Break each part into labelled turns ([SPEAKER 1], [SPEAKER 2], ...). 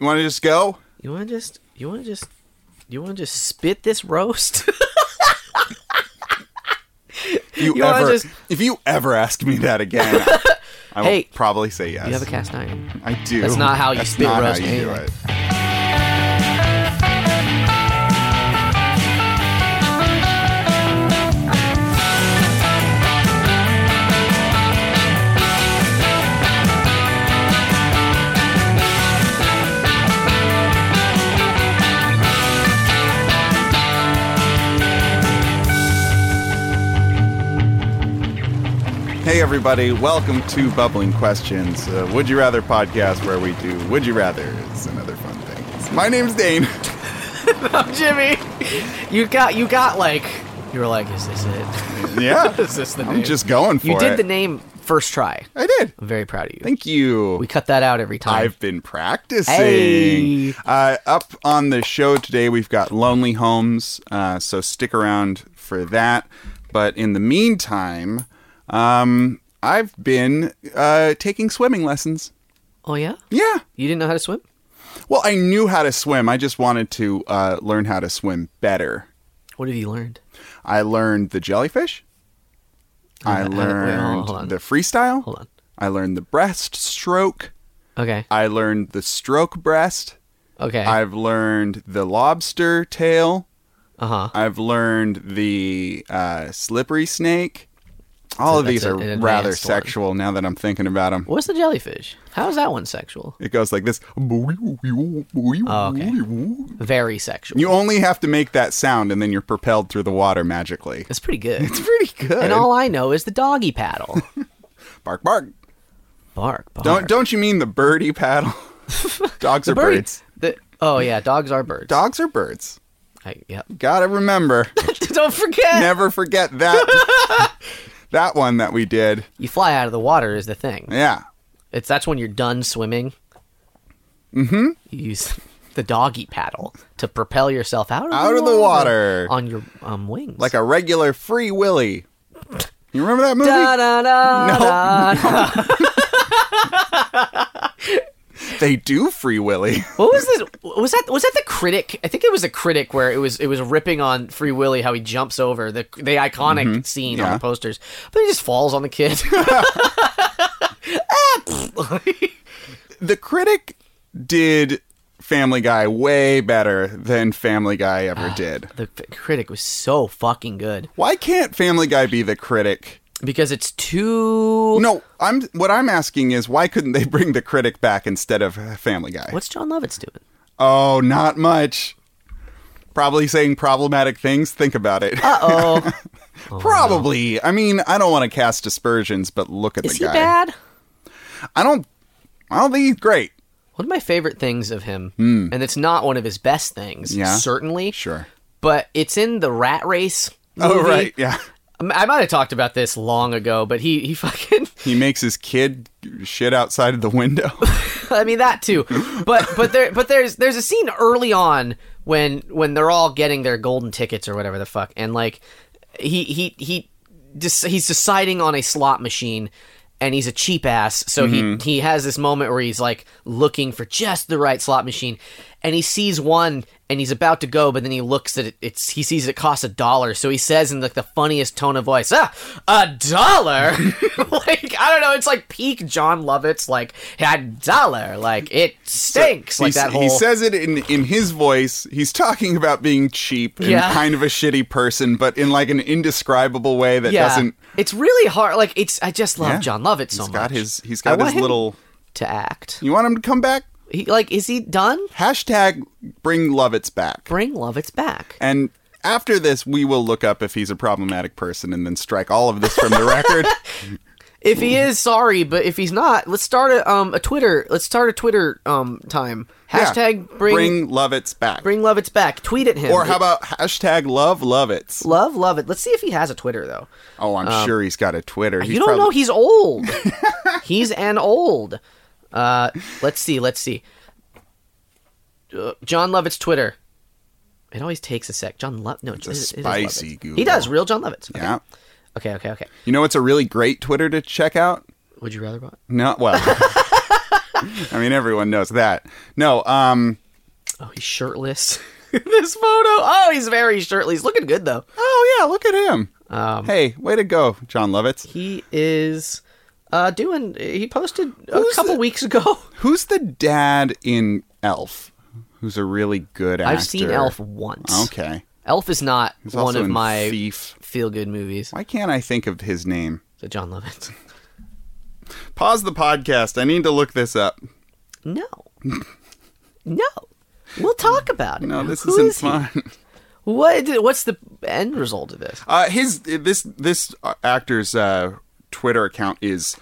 [SPEAKER 1] You want to just go?
[SPEAKER 2] You want to just you want to just you want to just spit this roast?
[SPEAKER 1] If you,
[SPEAKER 2] You wanna
[SPEAKER 1] ever,
[SPEAKER 2] just-
[SPEAKER 1] if you ever ask me that again, I- I will
[SPEAKER 2] Hey.
[SPEAKER 1] probably say yes.
[SPEAKER 2] you have a cast iron.
[SPEAKER 1] I do.
[SPEAKER 2] That's not how you
[SPEAKER 1] That's
[SPEAKER 2] spit
[SPEAKER 1] not
[SPEAKER 2] roast
[SPEAKER 1] how you do
[SPEAKER 2] anything.
[SPEAKER 1] it. Hey, everybody, welcome to Bubbling Questions, uh, Would You Rather podcast where we do Would You Rather. It's another fun thing. My name's Dane.
[SPEAKER 2] Oh, Jimmy, you got you got like you were like, is this it?
[SPEAKER 1] Yeah.
[SPEAKER 2] Is this the
[SPEAKER 1] I'm
[SPEAKER 2] name?
[SPEAKER 1] just going for
[SPEAKER 2] you did
[SPEAKER 1] it.
[SPEAKER 2] the name first try.
[SPEAKER 1] I did.
[SPEAKER 2] I'm very proud of you.
[SPEAKER 1] Thank you.
[SPEAKER 2] we cut that out every time.
[SPEAKER 1] I've been practicing.
[SPEAKER 2] Hey.
[SPEAKER 1] Uh, up on the show today, we've got Lonely Homes, uh, so stick around for that. But in the meantime, um, I've been uh, taking swimming lessons.
[SPEAKER 2] oh yeah,
[SPEAKER 1] Yeah.
[SPEAKER 2] you didn't know how to swim?
[SPEAKER 1] Well, I knew how to swim. I just wanted to uh, learn how to swim better.
[SPEAKER 2] What have you learned?
[SPEAKER 1] I learned the jellyfish. I
[SPEAKER 2] Uh, uh, wait, hold on,
[SPEAKER 1] learned
[SPEAKER 2] hold on.
[SPEAKER 1] the freestyle.
[SPEAKER 2] Hold on.
[SPEAKER 1] I learned the breast stroke.
[SPEAKER 2] Okay.
[SPEAKER 1] I learned the stroke breast.
[SPEAKER 2] Okay.
[SPEAKER 1] I've learned the lobster tail.
[SPEAKER 2] uh huh.
[SPEAKER 1] I've learned the uh, slippery snake. All
[SPEAKER 2] So
[SPEAKER 1] of these
[SPEAKER 2] that's
[SPEAKER 1] are
[SPEAKER 2] a- an
[SPEAKER 1] rather
[SPEAKER 2] advanced one.
[SPEAKER 1] sexual now that I'm thinking about them.
[SPEAKER 2] What's the jellyfish? How is that one sexual?
[SPEAKER 1] It goes like this.
[SPEAKER 2] Oh, okay. Very sexual.
[SPEAKER 1] You only have to make that sound and then you're propelled through the water magically.
[SPEAKER 2] it's pretty good.
[SPEAKER 1] It's pretty good.
[SPEAKER 2] And all I know is the doggy paddle.
[SPEAKER 1] bark bark.
[SPEAKER 2] bark, bark.
[SPEAKER 1] Don't don't you mean the birdie paddle? Dogs are
[SPEAKER 2] Bird-
[SPEAKER 1] birds.
[SPEAKER 2] the- oh yeah, dogs are birds.
[SPEAKER 1] Dogs are birds.
[SPEAKER 2] I, yep.
[SPEAKER 1] Gotta remember.
[SPEAKER 2] Don't forget.
[SPEAKER 1] Never forget that. that one that we did.
[SPEAKER 2] You fly out of the water is the thing.
[SPEAKER 1] Yeah.
[SPEAKER 2] It's that's when you're done swimming. Mm-hmm.
[SPEAKER 1] Mm-hmm.
[SPEAKER 2] You use the doggy paddle to propel yourself out of
[SPEAKER 1] Out
[SPEAKER 2] the
[SPEAKER 1] of the water.
[SPEAKER 2] on your um, wings.
[SPEAKER 1] Like a regular free willy. You remember that movie?
[SPEAKER 2] da, da, da,
[SPEAKER 1] No.
[SPEAKER 2] da.
[SPEAKER 1] They do free willy.
[SPEAKER 2] What was this? Was that was that the critic? I think it was the critic where it was it was ripping on Free Willy how he jumps over the the iconic scene on
[SPEAKER 1] Mm-hmm. Yeah.
[SPEAKER 2] the posters, but he just falls on the kid. Ah, pfft.
[SPEAKER 1] the critic did Family Guy way better than Family Guy ever
[SPEAKER 2] Ah.
[SPEAKER 1] did.
[SPEAKER 2] the f- critic was so fucking good
[SPEAKER 1] Why can't Family Guy be the critic?
[SPEAKER 2] because it's too.
[SPEAKER 1] No, I'm what I'm asking is why couldn't they bring the critic back instead of Family Guy?
[SPEAKER 2] What's John Lovitz doing?
[SPEAKER 1] Oh, not much. Probably saying problematic things. Think about it.
[SPEAKER 2] Uh oh,
[SPEAKER 1] Probably. I mean, I don't want to cast aspersions, but look at
[SPEAKER 2] is
[SPEAKER 1] the
[SPEAKER 2] he
[SPEAKER 1] guy.
[SPEAKER 2] bad?
[SPEAKER 1] I don't. I don't think he's great.
[SPEAKER 2] One of my favorite things of him, and it's not one of his best things,
[SPEAKER 1] Hmm. Yeah.
[SPEAKER 2] certainly,
[SPEAKER 1] Sure.
[SPEAKER 2] but it's in the Rat Race.
[SPEAKER 1] Oh
[SPEAKER 2] movie.
[SPEAKER 1] right, yeah.
[SPEAKER 2] I might have talked about this long ago, but he he fucking
[SPEAKER 1] He makes his kid shit outside of the window.
[SPEAKER 2] I mean that too. But but there but there's there's a scene early on when when they're all getting their golden tickets or whatever the fuck and like he he he des- he's deciding on a slot machine and he's a cheap ass so
[SPEAKER 1] Mm-hmm.
[SPEAKER 2] he he has this moment where he's like looking for just the right slot machine and he sees one and he's about to go but then he looks at it it's he sees it costs a dollar so he says in like the funniest tone of voice ah a dollar like i don't know it's like peak john lovitz like a dollar like it stinks like
[SPEAKER 1] he,
[SPEAKER 2] that whole
[SPEAKER 1] he says it in in his voice. He's talking about being cheap and
[SPEAKER 2] Yeah.
[SPEAKER 1] kind of a shitty person, but in like an indescribable way that doesn't.
[SPEAKER 2] it's really hard like it's i just love
[SPEAKER 1] Yeah.
[SPEAKER 2] john lovitz so
[SPEAKER 1] He's
[SPEAKER 2] much
[SPEAKER 1] got his. He's
[SPEAKER 2] I
[SPEAKER 1] got
[SPEAKER 2] want
[SPEAKER 1] his
[SPEAKER 2] him
[SPEAKER 1] little.
[SPEAKER 2] to act
[SPEAKER 1] You want him to come back?
[SPEAKER 2] he, like is he done
[SPEAKER 1] Hashtag bring Lovitz back.
[SPEAKER 2] bring lovitz back
[SPEAKER 1] And after this, we will look up if he's a problematic person and then strike all of this from the record.
[SPEAKER 2] if he is sorry but if he's not let's start a um a twitter let's start a twitter um time
[SPEAKER 1] Yeah.
[SPEAKER 2] hashtag bring, bring
[SPEAKER 1] bring Lovitz back.
[SPEAKER 2] lovitz back tweet at him
[SPEAKER 1] or how about hashtag love Lovitz?
[SPEAKER 2] love love it let's see if he has a twitter though
[SPEAKER 1] Oh, I'm sure he's got a Twitter. He's
[SPEAKER 2] Um, you don't
[SPEAKER 1] probably-
[SPEAKER 2] know he's old he's an old uh let's see let's see Uh, john lovett's twitter it always takes a sec john love no it's
[SPEAKER 1] a spicy Google.
[SPEAKER 2] he does real john lovett okay.
[SPEAKER 1] Yeah.
[SPEAKER 2] okay okay okay
[SPEAKER 1] You know what's a really great Twitter to check out?
[SPEAKER 2] would you rather bot
[SPEAKER 1] Not well. I mean, everyone knows that. No, um,
[SPEAKER 2] Oh, he's shirtless. this photo. Oh, he's very shirtless. He's looking good though.
[SPEAKER 1] oh yeah, look at him.
[SPEAKER 2] Um,
[SPEAKER 1] Hey, way to go, John Lovitz.
[SPEAKER 2] he is uh, doing. He posted a couple weeks ago.
[SPEAKER 1] Who's the dad in Elf? Who's a really good actor? Oh,
[SPEAKER 2] I've seen Elf once.
[SPEAKER 1] Okay.
[SPEAKER 2] Elf is not
[SPEAKER 1] He's
[SPEAKER 2] one
[SPEAKER 1] also
[SPEAKER 2] of
[SPEAKER 1] in
[SPEAKER 2] my
[SPEAKER 1] Thief.
[SPEAKER 2] feel-good movies.
[SPEAKER 1] Why can't I think of his name?
[SPEAKER 2] So John Lovitz.
[SPEAKER 1] Pause the podcast. I need to look this up.
[SPEAKER 2] No, no. We'll talk about it.
[SPEAKER 1] No, this
[SPEAKER 2] Who
[SPEAKER 1] isn't
[SPEAKER 2] is he?
[SPEAKER 1] fun.
[SPEAKER 2] What? What's the end result of this?
[SPEAKER 1] Uh, his this this actor's uh, Twitter account is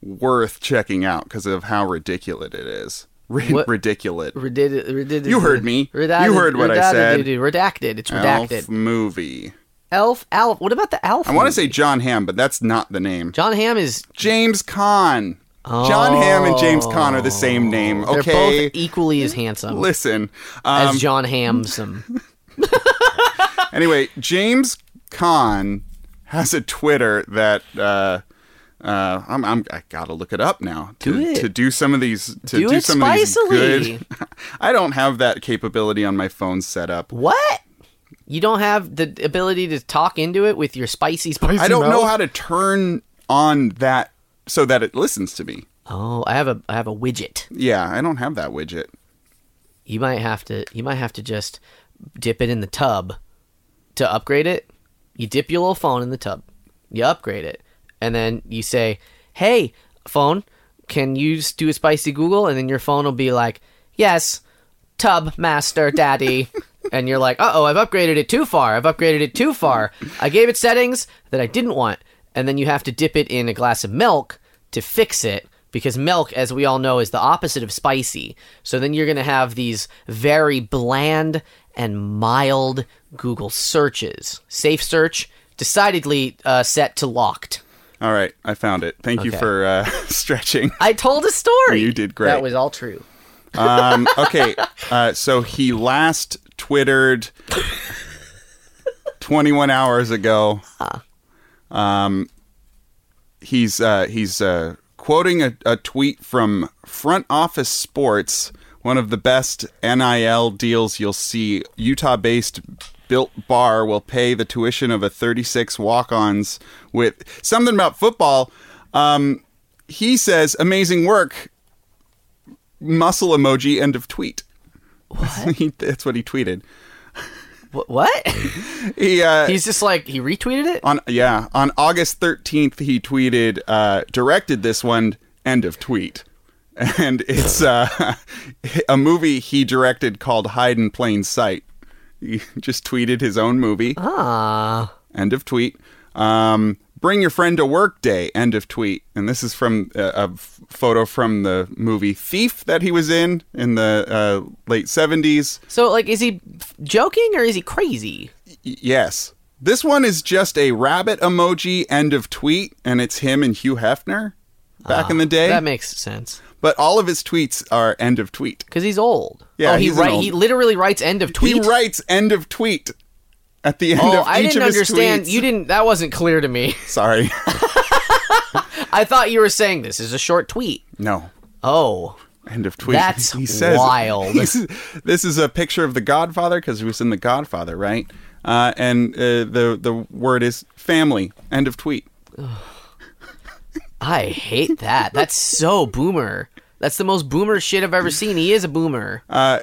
[SPEAKER 1] worth checking out because of how ridiculous it is. Rid-
[SPEAKER 2] What?
[SPEAKER 1] ridiculous.
[SPEAKER 2] Redid, redid,
[SPEAKER 1] You heard me. You
[SPEAKER 2] Redacted,
[SPEAKER 1] heard what I
[SPEAKER 2] redacted,
[SPEAKER 1] said.
[SPEAKER 2] Redacted. It's redacted.
[SPEAKER 1] Elf movie.
[SPEAKER 2] Elf. Elf. What about the elf?
[SPEAKER 1] I want to say John Hamm, but that's not the name.
[SPEAKER 2] John Hamm is
[SPEAKER 1] James Caan. John Hamm and James Caan are the same name.
[SPEAKER 2] Oh. They're
[SPEAKER 1] Okay,
[SPEAKER 2] both equally as handsome
[SPEAKER 1] listen. Um,
[SPEAKER 2] as John Hamsome.
[SPEAKER 1] anyway, James Caan has a Twitter that uh, uh, I'm, I'm I gotta look it up now to
[SPEAKER 2] Do it.
[SPEAKER 1] to do some of these to
[SPEAKER 2] Do
[SPEAKER 1] do,
[SPEAKER 2] it
[SPEAKER 1] some of
[SPEAKER 2] spicily.
[SPEAKER 1] these good. I don't have that capability on my phone set up.
[SPEAKER 2] what? You don't have the ability to talk into it with your spicy, spicy.
[SPEAKER 1] I don't know
[SPEAKER 2] mouth?
[SPEAKER 1] how to turn on that so that it listens to me.
[SPEAKER 2] Oh, I have a I have a widget.
[SPEAKER 1] Yeah, I don't have that widget.
[SPEAKER 2] You might have to you might have to just dip it in the tub to upgrade it. You dip your little phone in the tub. You upgrade it, and then you say, "Hey, phone, can you s- do a spicy Google?" And then your phone will be like, "Yes, tub master, daddy." and you're like, "Uh oh, I've upgraded it too far. I've upgraded it too far. I gave it settings that I didn't want." And then you have to dip it in a glass of milk to fix it because milk, as we all know, is the opposite of spicy. So then you're going to have these very bland and mild Google searches. Safe search, decidedly uh, set to locked.
[SPEAKER 1] All right, I found it. Thank you
[SPEAKER 2] Okay.
[SPEAKER 1] for uh, stretching.
[SPEAKER 2] I told a story.
[SPEAKER 1] You did great.
[SPEAKER 2] That was all true.
[SPEAKER 1] Um, okay, uh, so he last twittered 21 hours ago. Um, he's uh, he's uh, quoting a, a tweet from Front Office Sports, one of the best NIL deals you'll see. Utah-based Built Bar will pay the tuition of a 36 walk-ons with something about football. Um, he says, "Amazing work." muscle emoji end of tweet what? that's what he tweeted
[SPEAKER 2] Wh- what?
[SPEAKER 1] he uh
[SPEAKER 2] He's just like, he retweeted it?
[SPEAKER 1] on yeah on august 13th he tweeted uh directed this one end of tweet and it's uh a movie he directed called hide in plain sight he just tweeted his own movie
[SPEAKER 2] Ah.
[SPEAKER 1] end of tweet um bring your friend to work day end of tweet and this is from uh, a f- photo from the movie thief that he was in in the uh, late 70s
[SPEAKER 2] So, like, is he f- joking or is he crazy?
[SPEAKER 1] Y- Yes. This one is just a rabbit emoji end of tweet, and it's him and Hugh Hefner back in the day.
[SPEAKER 2] Ah, That makes sense.
[SPEAKER 1] but all of his tweets are end of tweet.
[SPEAKER 2] Because he's old.
[SPEAKER 1] Yeah,
[SPEAKER 2] oh, he,
[SPEAKER 1] he's an
[SPEAKER 2] write,
[SPEAKER 1] old-
[SPEAKER 2] he literally writes end of tweet.
[SPEAKER 1] He writes end of tweet at the end
[SPEAKER 2] oh,
[SPEAKER 1] of each
[SPEAKER 2] I didn't
[SPEAKER 1] of his
[SPEAKER 2] understand.
[SPEAKER 1] tweets.
[SPEAKER 2] You didn't. That wasn't clear to me.
[SPEAKER 1] Sorry.
[SPEAKER 2] I thought you were saying this is a short tweet.
[SPEAKER 1] no.
[SPEAKER 2] Oh,
[SPEAKER 1] End of tweet.
[SPEAKER 2] That's
[SPEAKER 1] he says,
[SPEAKER 2] wild.
[SPEAKER 1] he's- this is a picture of The Godfather because he was in The Godfather, right? Uh, and uh, the the word is family. End of tweet.
[SPEAKER 2] I hate that. That's so boomer. That's the most boomer shit I've ever seen. He is a boomer. Uh,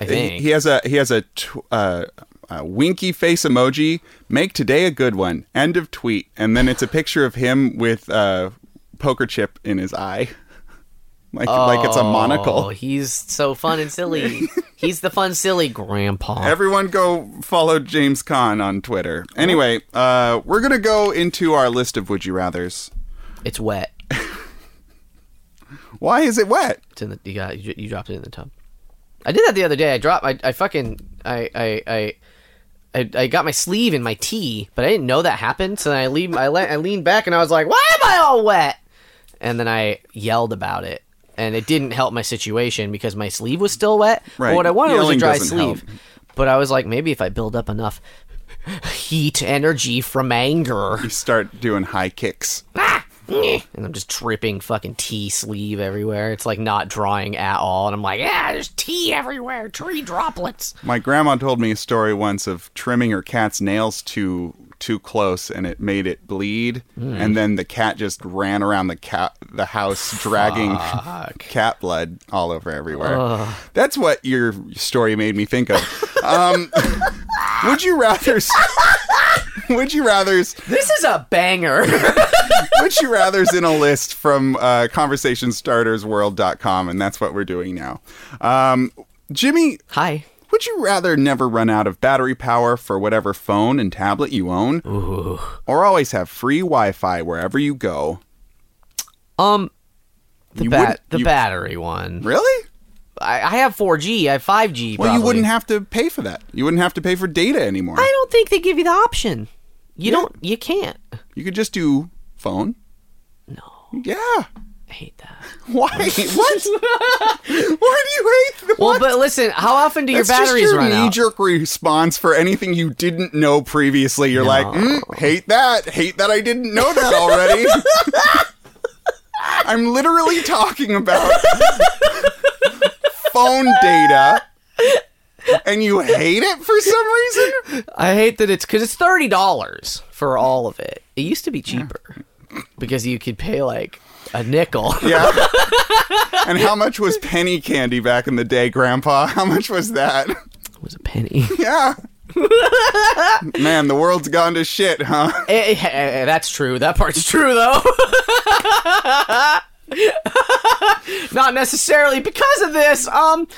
[SPEAKER 2] I
[SPEAKER 1] He
[SPEAKER 2] think.
[SPEAKER 1] he has a he has a, tw- uh, a winky face emoji. Make today a good one. End of tweet. And then it's a picture of him with a poker chip in his eye, like like it's a
[SPEAKER 2] oh,
[SPEAKER 1] monocle.
[SPEAKER 2] he's so fun and silly. he's the fun silly grandpa.
[SPEAKER 1] Everyone go follow James Kahn on Twitter. Anyway, uh, we're gonna go into our list of would you rather's.
[SPEAKER 2] it's wet.
[SPEAKER 1] Why is it wet?
[SPEAKER 2] It's in the you got you, you dropped it in the tub. I did that the other day. I dropped. I, I fucking I I. I I, I got my sleeve in my tea, but I didn't know that happened. So then I lean, I, le- I leaned back and I was like, "Why am I all wet?" And then I yelled about it, and it didn't help my situation because my sleeve was still wet.
[SPEAKER 1] Right,
[SPEAKER 2] But what I wanted was
[SPEAKER 1] yelling
[SPEAKER 2] a dry
[SPEAKER 1] doesn't help.
[SPEAKER 2] sleeve. But I was like, maybe if I build up enough heat energy from anger,
[SPEAKER 1] You start doing high kicks.
[SPEAKER 2] Ah! "Nyeh," and I'm just dripping fucking tea sleeve everywhere. It's like not drying at all, and I'm like, yeah, there's tea everywhere, tree droplets.
[SPEAKER 1] My grandma told me a story once of trimming her cat's nails too too close and it made it bleed and then the cat just ran around the cat the house dragging cat blood all over everywhere. That's what your story made me think of. um, would you rather s- Would you rather s-
[SPEAKER 2] This is a banger.
[SPEAKER 1] Would you rather's in a list from uh, conversationstartersworld.com and that's what we're doing now. Um, Jimmy,
[SPEAKER 2] Hi.
[SPEAKER 1] would you rather never run out of battery power for whatever phone and tablet you own? Or always have free Wi Fi wherever you go?
[SPEAKER 2] Um, the
[SPEAKER 1] You
[SPEAKER 2] bat,
[SPEAKER 1] wouldn't-
[SPEAKER 2] the
[SPEAKER 1] you-
[SPEAKER 2] battery one.
[SPEAKER 1] Really?
[SPEAKER 2] I, I have 4G. I have 5G.
[SPEAKER 1] Well, you
[SPEAKER 2] probably.
[SPEAKER 1] wouldn't have to pay for that. You wouldn't have to pay for data anymore.
[SPEAKER 2] I don't think they give you the option. You don't. You can't.
[SPEAKER 1] You could just do phone.
[SPEAKER 2] No,
[SPEAKER 1] Yeah.
[SPEAKER 2] I hate that.
[SPEAKER 1] Why? what? Why do you hate the
[SPEAKER 2] Well, but listen, how often do
[SPEAKER 1] That's
[SPEAKER 2] your batteries
[SPEAKER 1] just your
[SPEAKER 2] run out?
[SPEAKER 1] knee-jerk response for anything you didn't know previously. You're like, mm, hate that, hate that I didn't know that already. I'm literally talking about phone data, and you hate it for some reason.
[SPEAKER 2] I hate that it's because it's thirty dollars for all of it. It used to be cheaper because you could pay like a nickel.
[SPEAKER 1] Yeah. And how much was penny candy back in the day, Grandpa? How much was that?
[SPEAKER 2] It was a penny.
[SPEAKER 1] Yeah. Man, the world's gone to shit, huh?
[SPEAKER 2] Eh, eh, eh, eh, that's true. That part's true though. Not necessarily because of this. Um.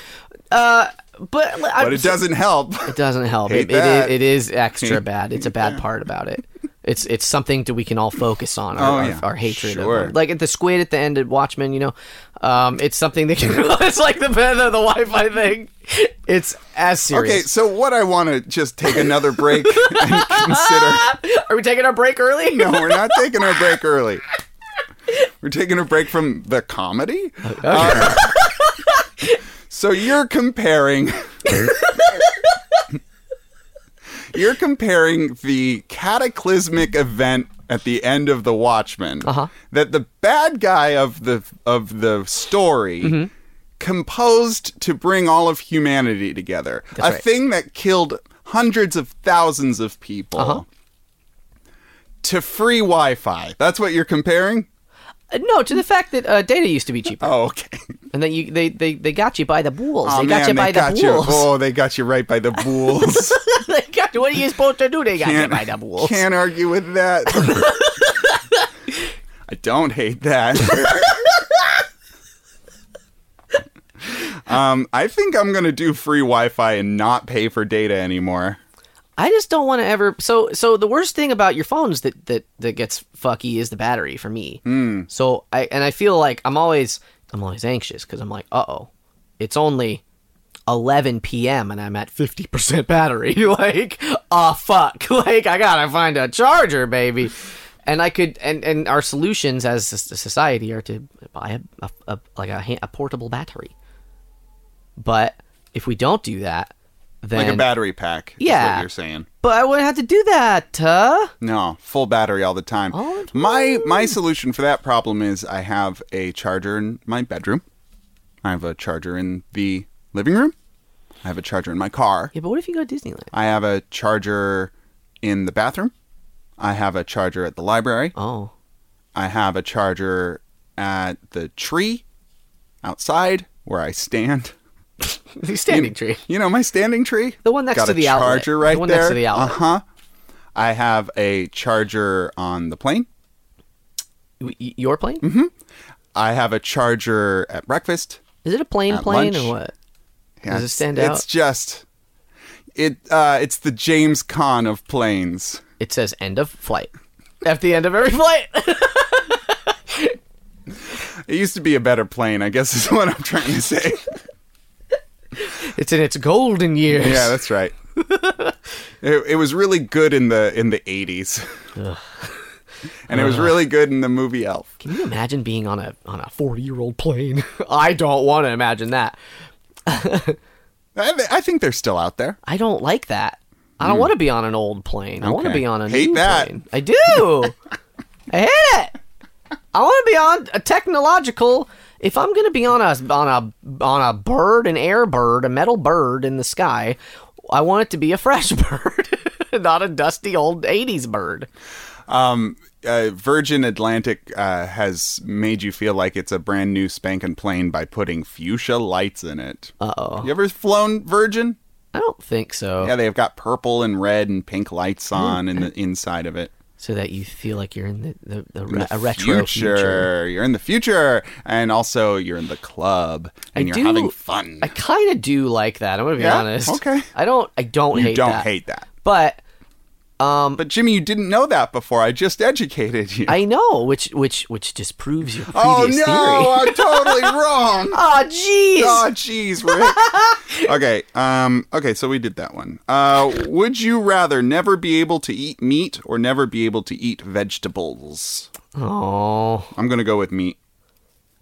[SPEAKER 2] Uh. But
[SPEAKER 1] But it doesn't help.
[SPEAKER 2] It doesn't help.
[SPEAKER 1] Hate
[SPEAKER 2] It, it, is,
[SPEAKER 1] that.
[SPEAKER 2] it is extra bad. It's a bad part about it. It's it's something that we can all focus on our,
[SPEAKER 1] Oh,
[SPEAKER 2] our-
[SPEAKER 1] yeah.
[SPEAKER 2] our, hatred
[SPEAKER 1] Sure.
[SPEAKER 2] of like at the squid at the end of Watchmen. You know, um, it's something that can, it's like the the, the Wi-Fi thing. It's as
[SPEAKER 1] Okay,
[SPEAKER 2] serious.
[SPEAKER 1] so what I want to just take another break and consider.
[SPEAKER 2] Are we taking our break early?
[SPEAKER 1] No, we're not taking our break early. We're taking a break from the comedy. Uh, so you're comparing. you're comparing the cataclysmic event at the end of The Watchmen that the bad guy of the of the story. Composed to bring all of humanity together, a
[SPEAKER 2] right.
[SPEAKER 1] thing that killed hundreds of thousands of people to free Wi-Fi. That's what you're comparing.
[SPEAKER 2] Uh, No, to the fact that uh, data used to be cheaper,
[SPEAKER 1] Oh, okay.
[SPEAKER 2] and that you they, they they got you by the bulls.
[SPEAKER 1] Oh
[SPEAKER 2] they got
[SPEAKER 1] man,
[SPEAKER 2] you by
[SPEAKER 1] they
[SPEAKER 2] the
[SPEAKER 1] got you.
[SPEAKER 2] bulls.
[SPEAKER 1] Oh, they got you right by the bulls.
[SPEAKER 2] they got you. What are you supposed to do? They got you
[SPEAKER 1] Can't-
[SPEAKER 2] by the bulls.
[SPEAKER 1] Can't argue with that. I don't hate that. um, I think I'm gonna do free Wi-Fi and not pay for data anymore.
[SPEAKER 2] I just don't want to ever. So, so the worst thing about your phones that that that gets fucky is the battery for me.
[SPEAKER 1] Hmm.
[SPEAKER 2] Mm. So I and I feel like I'm always I'm always anxious because I'm like, uh oh, it's only 11 p.m. and I'm at 50 percent battery. like, ah fuck, like I gotta find a charger, baby. And I could and and our solutions as a s- society are to buy a, a, a like a, ha- a portable battery. But if we don't do that, then
[SPEAKER 1] Like a battery pack. is
[SPEAKER 2] Yeah.
[SPEAKER 1] what you're saying.
[SPEAKER 2] but I wouldn't have to do that, huh?
[SPEAKER 1] No, full battery all the time.
[SPEAKER 2] All the
[SPEAKER 1] My my solution for that problem is I have a charger in my bedroom. I have a charger in the living room. I have a charger in my car.
[SPEAKER 2] Yeah, but what if you go to Disneyland?
[SPEAKER 1] I have a charger in the bathroom. I have a charger at the library.
[SPEAKER 2] Oh,
[SPEAKER 1] I have a charger at the tree outside where I stand.
[SPEAKER 2] the standing tree.
[SPEAKER 1] You know my standing tree.
[SPEAKER 2] The one next
[SPEAKER 1] Got
[SPEAKER 2] to
[SPEAKER 1] a
[SPEAKER 2] the outlet.
[SPEAKER 1] charger right
[SPEAKER 2] The one
[SPEAKER 1] there.
[SPEAKER 2] next to the outlet.
[SPEAKER 1] Uh huh. I have a charger on the plane.
[SPEAKER 2] Y- y- Your plane?
[SPEAKER 1] Mm-hmm. I have a charger at breakfast.
[SPEAKER 2] Is it a plane
[SPEAKER 1] At
[SPEAKER 2] plane
[SPEAKER 1] lunch.
[SPEAKER 2] or what?
[SPEAKER 1] Yeah,
[SPEAKER 2] Does it
[SPEAKER 1] it's-
[SPEAKER 2] stand
[SPEAKER 1] it's
[SPEAKER 2] out?
[SPEAKER 1] just it. Uh, it's the James Con of planes.
[SPEAKER 2] It says end of flight. At the end of every flight.
[SPEAKER 1] It used to be a better plane, I guess is what I'm trying to say.
[SPEAKER 2] it's in its golden years.
[SPEAKER 1] yeah, that's right. It, it was really good in the in the 80s, and it was really good in the movie Elf.
[SPEAKER 2] Can you imagine being on a on a 40-year-old plane? I don't want to imagine that.
[SPEAKER 1] I, th- I think they're still out there.
[SPEAKER 2] I don't like that. I don't want to be on an old plane. I want to
[SPEAKER 1] Hmm. Okay.
[SPEAKER 2] be on a
[SPEAKER 1] Hate
[SPEAKER 2] new
[SPEAKER 1] that.
[SPEAKER 2] plane. I do. I hate it. I want to be on a technological. If I'm going to be on a on a on a bird, an air bird, a metal bird in the sky, I want it to be a fresh bird, not a dusty old '80s bird.
[SPEAKER 1] uh, Virgin Atlantic uh, has made you feel like it's a brand new spankin' plane by putting fuchsia lights in it. Uh oh. You ever flown Virgin?
[SPEAKER 2] I don't think so.
[SPEAKER 1] Yeah, they've got purple and red and pink lights on in the inside of it.
[SPEAKER 2] So that you feel like you're in the the, the, re-
[SPEAKER 1] The
[SPEAKER 2] a retro future.
[SPEAKER 1] You're in the future, and also you're in the club and you're
[SPEAKER 2] do-
[SPEAKER 1] having fun.
[SPEAKER 2] I kind of do like that. I'm going to be
[SPEAKER 1] Yeah?
[SPEAKER 2] honest.
[SPEAKER 1] Okay.
[SPEAKER 2] I don't. I don't
[SPEAKER 1] you
[SPEAKER 2] hate.
[SPEAKER 1] don't
[SPEAKER 2] that.
[SPEAKER 1] hate that.
[SPEAKER 2] But
[SPEAKER 1] But Jimmy, you didn't know that before. I just educated you.
[SPEAKER 2] I know which which which disproves your
[SPEAKER 1] oh
[SPEAKER 2] previous
[SPEAKER 1] no,
[SPEAKER 2] theory.
[SPEAKER 1] I'm totally wrong.
[SPEAKER 2] Oh jeez.
[SPEAKER 1] Oh jeez, Rick. okay, um, okay, so we did that one. Uh, would you rather never be able to eat meat or never be able to eat vegetables?
[SPEAKER 2] Oh,
[SPEAKER 1] I'm gonna go with meat.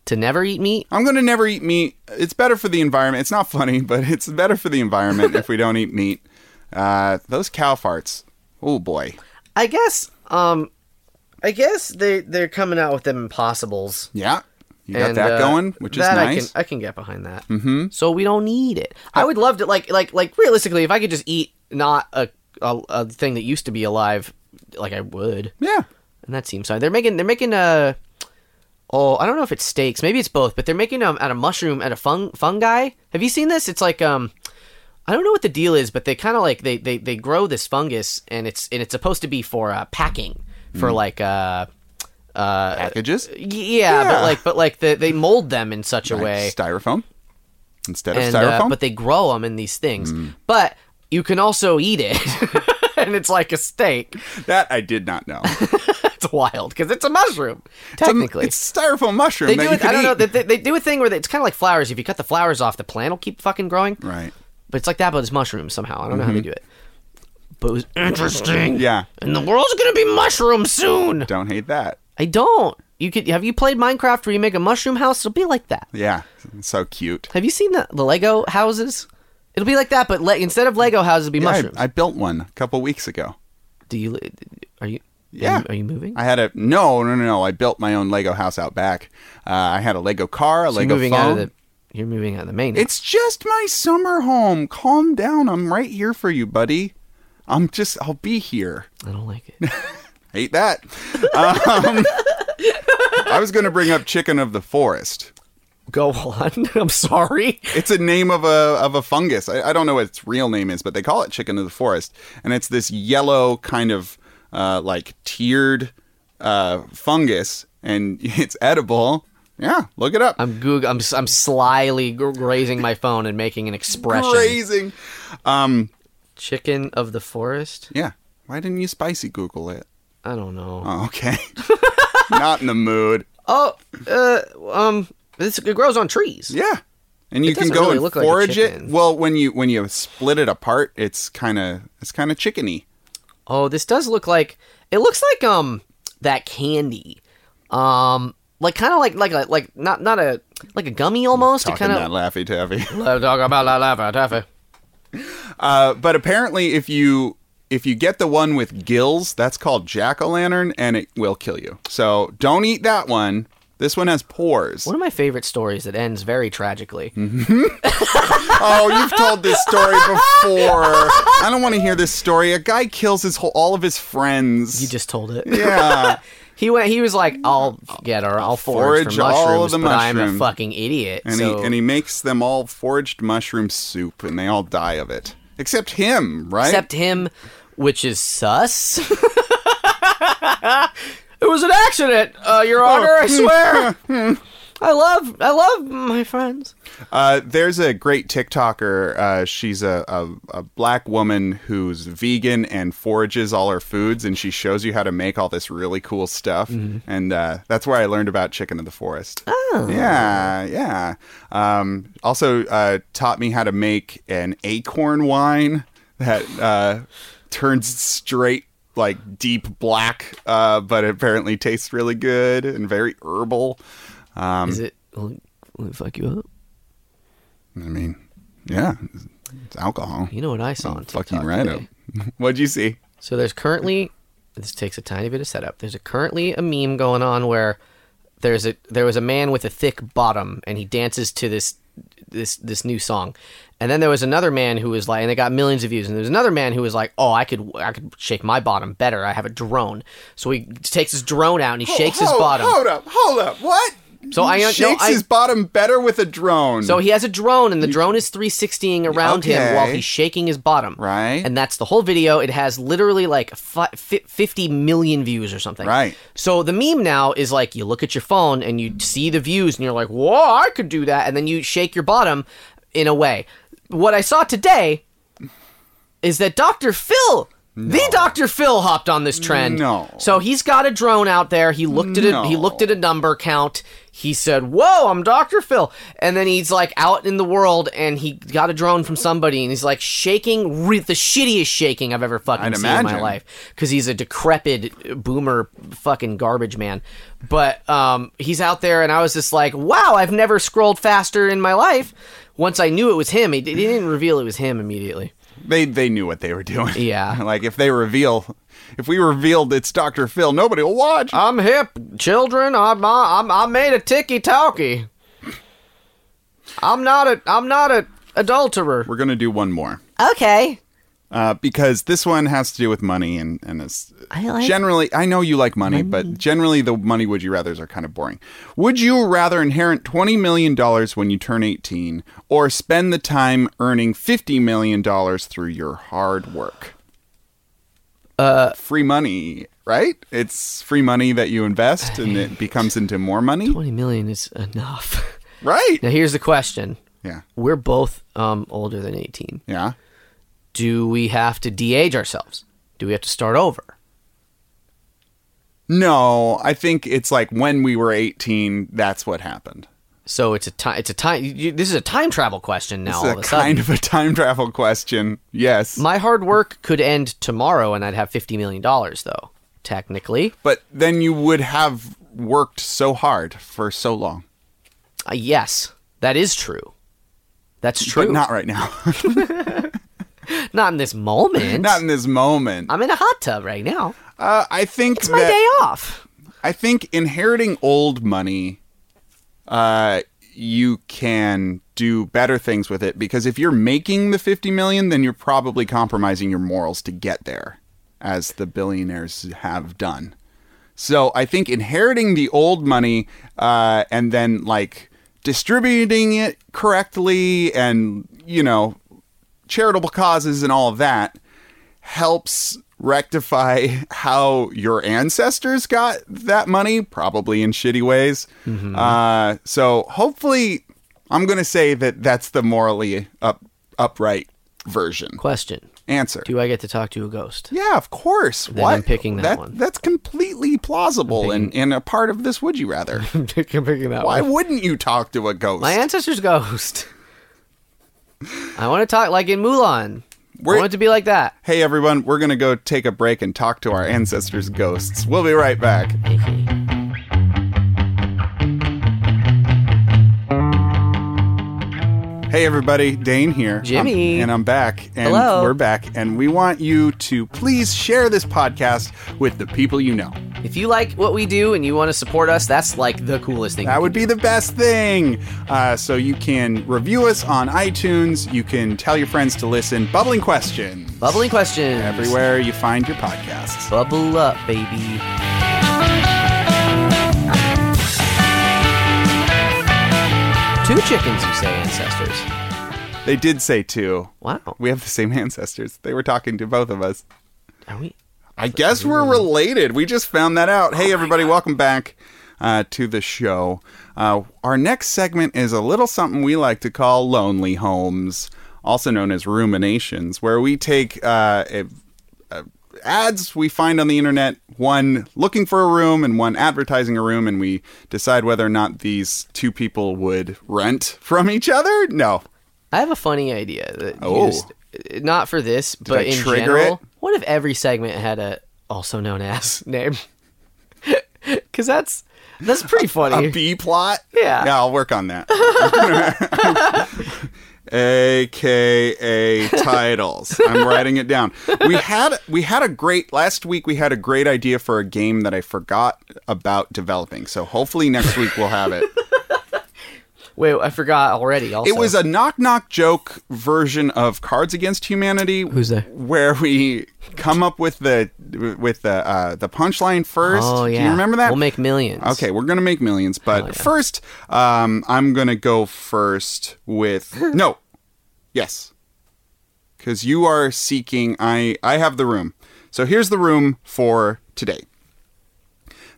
[SPEAKER 2] to never eat meat.
[SPEAKER 1] I'm gonna never eat meat. It's better for the environment. It's not funny, but it's better for the environment if we don't eat meat. Uh, those cow farts. Oh boy.
[SPEAKER 2] I guess. Um, I guess they they're coming out with them impossibles.
[SPEAKER 1] Yeah, you got
[SPEAKER 2] And,
[SPEAKER 1] that
[SPEAKER 2] uh,
[SPEAKER 1] going, which is
[SPEAKER 2] that
[SPEAKER 1] nice.
[SPEAKER 2] I can I can get behind that. Mm-hmm. So we don't need it. I would love to like like like realistically, if I could just eat not a a, a thing that used to be alive, like I would.
[SPEAKER 1] Yeah.
[SPEAKER 2] and that seems fine. They're making they're making a oh I don't know if it's steaks, maybe it's both, but they're making them out of mushroom out of fung fungi. Have you seen this? It's like um I don't know what the deal is, but they kind of like they, they they grow this fungus and it's and it's supposed to be for uh, packing
[SPEAKER 1] Hmm.
[SPEAKER 2] for like uh uh
[SPEAKER 1] Packages.
[SPEAKER 2] y- yeah,
[SPEAKER 1] Yeah.
[SPEAKER 2] but like but like the, they mold them in such a way
[SPEAKER 1] Styrofoam instead of
[SPEAKER 2] and
[SPEAKER 1] styrofoam. Hmm.
[SPEAKER 2] uh, but they grow them in these things. But you can also eat it. and it's like a steak.
[SPEAKER 1] that I did not know.
[SPEAKER 2] It's wild because it's a mushroom technically.
[SPEAKER 1] it's styrofoam mushroom.
[SPEAKER 2] They
[SPEAKER 1] that
[SPEAKER 2] do.
[SPEAKER 1] you
[SPEAKER 2] It,
[SPEAKER 1] could
[SPEAKER 2] I don't know.
[SPEAKER 1] eat.
[SPEAKER 2] They, they, they do a thing where they, it's kind of like flowers. If you cut the flowers off, the plant will keep fucking growing.
[SPEAKER 1] Right.
[SPEAKER 2] But it's like that, but it's mushrooms somehow. I don't know how they do it. But it was interesting.
[SPEAKER 1] Mm-hmm. Yeah.
[SPEAKER 2] And the world's gonna be mushrooms soon.
[SPEAKER 1] Don't hate that.
[SPEAKER 2] I don't. You could have you played Minecraft where you make a mushroom house? It'll be like that.
[SPEAKER 1] Yeah. So cute.
[SPEAKER 2] Have you seen the, the Lego houses? It'll be like that, but le- instead of Lego houses, it'll be
[SPEAKER 1] Yeah,
[SPEAKER 2] mushrooms.
[SPEAKER 1] I, I built one a couple weeks ago.
[SPEAKER 2] do you? Are you?
[SPEAKER 1] Yeah.
[SPEAKER 2] Are you, are you moving?
[SPEAKER 1] I had a no, no, no, no. I built my own Lego house out back. Uh, I had a Lego car, a
[SPEAKER 2] you're
[SPEAKER 1] Lego
[SPEAKER 2] moving
[SPEAKER 1] phone.
[SPEAKER 2] out of the. You're moving out of the main. house.
[SPEAKER 1] It's just my summer home. Calm down. I'm right here for you, buddy. I'm just. I'll be here.
[SPEAKER 2] I don't like it.
[SPEAKER 1] Hate that. Um, I was going to bring up Chicken of the Forest.
[SPEAKER 2] Go on. I'm sorry.
[SPEAKER 1] It's a name of a of a fungus. I, I don't know what its real name is, but they call it chicken of the forest, and it's this yellow kind of uh, like tiered uh, fungus, and it's edible. Yeah, look it up.
[SPEAKER 2] I'm Goog- I'm I'm slyly gr- grazing my phone and making an expression.
[SPEAKER 1] Grazing.
[SPEAKER 2] Chicken of the forest?
[SPEAKER 1] Yeah. Why didn't you spicy Google it?
[SPEAKER 2] I don't know.
[SPEAKER 1] Oh, okay. Not in the mood.
[SPEAKER 2] Oh, uh, um, this it grows on trees.
[SPEAKER 1] Yeah. And you can
[SPEAKER 2] doesn't
[SPEAKER 1] go
[SPEAKER 2] really
[SPEAKER 1] and
[SPEAKER 2] look like a
[SPEAKER 1] forage it.
[SPEAKER 2] chicken.
[SPEAKER 1] Well, when you when you split it apart, it's kind of it's kind of chickeny.
[SPEAKER 2] Oh, this does look like it looks like um that candy, um, like kind of like like a, like not not a like a gummy almost. It
[SPEAKER 1] Talking
[SPEAKER 2] kind
[SPEAKER 1] that
[SPEAKER 2] of
[SPEAKER 1] laffy taffy.
[SPEAKER 2] talk about la lava taffy.
[SPEAKER 1] Uh, but apparently, if you if you get the one with gills, that's called jack o' lantern, and it will kill you. So don't eat that one. This one has pores.
[SPEAKER 2] One of my favorite stories that ends very tragically.
[SPEAKER 1] Mm. Oh, you've told this story before. I don't want to hear this story. A guy kills his whole, all of his friends.
[SPEAKER 2] You just told it.
[SPEAKER 1] yeah,
[SPEAKER 2] He went. He was like, "I'll get her. I'll
[SPEAKER 1] forage
[SPEAKER 2] forage, for
[SPEAKER 1] all
[SPEAKER 2] mushrooms,
[SPEAKER 1] of the
[SPEAKER 2] but I'm
[SPEAKER 1] mushroom."
[SPEAKER 2] a fucking idiot."
[SPEAKER 1] and
[SPEAKER 2] so
[SPEAKER 1] he and he makes them all foraged mushroom soup, and they all die of it, except him, right?
[SPEAKER 2] except him, which is sus. it was an accident, uh, Your Honor. I swear. I love, I love my friends.
[SPEAKER 1] Uh, there's a great TikToker. Uh, she's a, a, a black woman who's vegan and forages all her foods, and she shows you how to make all this really cool stuff. And uh, that's where I learned about chicken of the forest. Oh, yeah, yeah. Um, also uh, taught me how to make an acorn wine that uh, turns straight. Like deep black, uh, but apparently tastes really good and very herbal.
[SPEAKER 2] is it? Will it- will it fuck you up?
[SPEAKER 1] I mean, yeah, it's alcohol.
[SPEAKER 2] You know what I saw on TikTok
[SPEAKER 1] Oh, Fucking right up.
[SPEAKER 2] today.
[SPEAKER 1] What'd you see?
[SPEAKER 2] So there's currently this takes a tiny bit of setup. There's a currently a meme going on where there's a there was a man with a thick bottom and he dances to this this this new song and then there was another man who was like and they got millions of views and there was another man who was like oh i could i could shake my bottom better i have a drone so he takes his drone out and he shakes his
[SPEAKER 1] Hold-
[SPEAKER 2] bottom
[SPEAKER 1] Oh, Hold up, hold up. What?
[SPEAKER 2] So I- uh, no,
[SPEAKER 1] shakes
[SPEAKER 2] I-
[SPEAKER 1] his bottom better with a drone.
[SPEAKER 2] So he has a drone, and the drone is 360ing around
[SPEAKER 1] Okay.
[SPEAKER 2] him while he's shaking his bottom.
[SPEAKER 1] Right.
[SPEAKER 2] And that's the whole video. It has literally like fi- fi- 50 million views or something.
[SPEAKER 1] Right.
[SPEAKER 2] So the meme now is like you look at your phone and you see the views, and you're like, whoa, I could do that. And then you shake your bottom in a way. What I saw today is that Dr. Phil. The Dr. Phil hopped on this trend.
[SPEAKER 1] No.
[SPEAKER 2] So he's got a drone out there. He looked at it. He
[SPEAKER 1] No.
[SPEAKER 2] looked at a number count. He said, "Whoa, I'm Dr. Phil." And then he's like out in the world and he got a drone from somebody and he's like shaking re- the shittiest shaking I've ever fucking
[SPEAKER 1] I'd
[SPEAKER 2] seen in my
[SPEAKER 1] imagine.
[SPEAKER 2] life cuz he's a decrepit boomer fucking garbage man. But um he's out there and I was just like, "Wow, I've never scrolled faster in my life." Once I knew it was him, he, he didn't reveal it was him immediately.
[SPEAKER 1] they they knew what they were doing.
[SPEAKER 2] Yeah.
[SPEAKER 1] like if they reveal, if we revealed it's Doctor Phil, nobody will watch.
[SPEAKER 2] I'm hip, children. I'm I'm I made a ticky talkie. I'm not a I'm not a adulterer.
[SPEAKER 1] We're gonna do one more
[SPEAKER 2] Okay.
[SPEAKER 1] uh, because this one has to do with money and and it's
[SPEAKER 2] I like-
[SPEAKER 1] generally I know you like money, but generally the money would you rather's are kind of boring. Would you rather inherit twenty million dollars when you turn eighteen, or spend the time earning fifty million dollars through your hard work? Uh, free money, right? It's free money that you invest, and it becomes into more money,
[SPEAKER 2] Twenty million is enough.
[SPEAKER 1] right?
[SPEAKER 2] now here's the question:
[SPEAKER 1] Yeah,
[SPEAKER 2] We're both um, older than eighteen.
[SPEAKER 1] yeah.
[SPEAKER 2] Do we have to de-age ourselves? Do we have to start over?
[SPEAKER 1] No, I think it's like when we were 18, that's what happened.
[SPEAKER 2] So it's a time. It's a time. You, this is a time travel question now.
[SPEAKER 1] It's
[SPEAKER 2] all
[SPEAKER 1] a
[SPEAKER 2] of a sudden,
[SPEAKER 1] kind of a time travel question. Yes.
[SPEAKER 2] my hard work could end tomorrow, and I'd have fifty million dollars, though. Technically,
[SPEAKER 1] but then you would have worked so hard for so long.
[SPEAKER 2] uh, yes, that is true. That's true.
[SPEAKER 1] But not right now.
[SPEAKER 2] Not in this moment.
[SPEAKER 1] not in this moment.
[SPEAKER 2] I'm in a hot tub right now.
[SPEAKER 1] Uh, I think
[SPEAKER 2] Uh, It's my
[SPEAKER 1] that,
[SPEAKER 2] day off.
[SPEAKER 1] I think inheriting old money uh you can do better things with it because if you're making the 50 million then you're probably compromising your morals to get there as the billionaires have done. So I think inheriting the old money uh, and then like distributing it correctly and you know charitable causes and all of that helps rectify how your ancestors got that money, probably in shitty ways. Uh, so hopefully, I'm going to say that that's the morally up, upright version.
[SPEAKER 2] Question:
[SPEAKER 1] Answer.
[SPEAKER 2] Do I get to talk to a ghost?
[SPEAKER 1] Yeah, of course. what?
[SPEAKER 2] I'm picking that one.
[SPEAKER 1] That's completely plausible and, and a part of this would you rather.
[SPEAKER 2] I'm picking that
[SPEAKER 1] Why wouldn't you talk to a ghost?
[SPEAKER 2] My ancestor's ghost. I want to talk like in Mulan.
[SPEAKER 1] We're-
[SPEAKER 2] I want it to be like that.
[SPEAKER 1] hey, everyone, we're going to go take a break and talk to our ancestors' ghosts. We'll be right back. Hey everybody, Dane here.
[SPEAKER 2] Jimmy.
[SPEAKER 1] I'm- and I'm back. And
[SPEAKER 2] Hello.
[SPEAKER 1] we're back. And we want you to please share this podcast with the people you know.
[SPEAKER 2] If you like what we do and you want to support us, that's like the coolest thing.
[SPEAKER 1] That would be the best thing. Uh, so you can review us on iTunes. You can tell your friends to listen. Bubbling questions.
[SPEAKER 2] Bubbling questions.
[SPEAKER 1] Everywhere you find your podcasts.
[SPEAKER 2] Bubble up, baby. Two chickens, you say, ancestors.
[SPEAKER 1] They did say two.
[SPEAKER 2] Wow.
[SPEAKER 1] We have the same ancestors. They were talking to both of us.
[SPEAKER 2] Are we?
[SPEAKER 1] I guess we're related. We just found that out. Hey, everybody, welcome back uh, to the show. Uh, our next segment is a little something we like to call Lonely Homes, also known as Ruminations, where we take uh, a, a- ads we find on the internet, one looking for a room and one advertising a room, and we decide whether or not these two people would rent from each other. No.
[SPEAKER 2] I have a funny idea. That you
[SPEAKER 1] Oh.
[SPEAKER 2] just- not for this,
[SPEAKER 1] I
[SPEAKER 2] but in
[SPEAKER 1] trigger
[SPEAKER 2] general.
[SPEAKER 1] it?
[SPEAKER 2] What if every segment had a also known as name? Because that's that's pretty funny.
[SPEAKER 1] A B plot?
[SPEAKER 2] Yeah.
[SPEAKER 1] I'll work on that. AKA titles. I'm writing it down. We had we had a great last week we had a great idea for a game that I forgot about developing. So hopefully next week we'll have it.
[SPEAKER 2] Wait, I forgot already. Also,
[SPEAKER 1] It was a knock knock joke version of Cards Against Humanity.
[SPEAKER 2] Who's there?
[SPEAKER 1] Where we come up with the with the uh, the punchline first.
[SPEAKER 2] Oh yeah.
[SPEAKER 1] Do you remember that?
[SPEAKER 2] We'll make millions.
[SPEAKER 1] Okay, we're gonna make millions, but first, um, I'm gonna go first with no, yes, because you are seeking. I I have the room. So here's the room for today.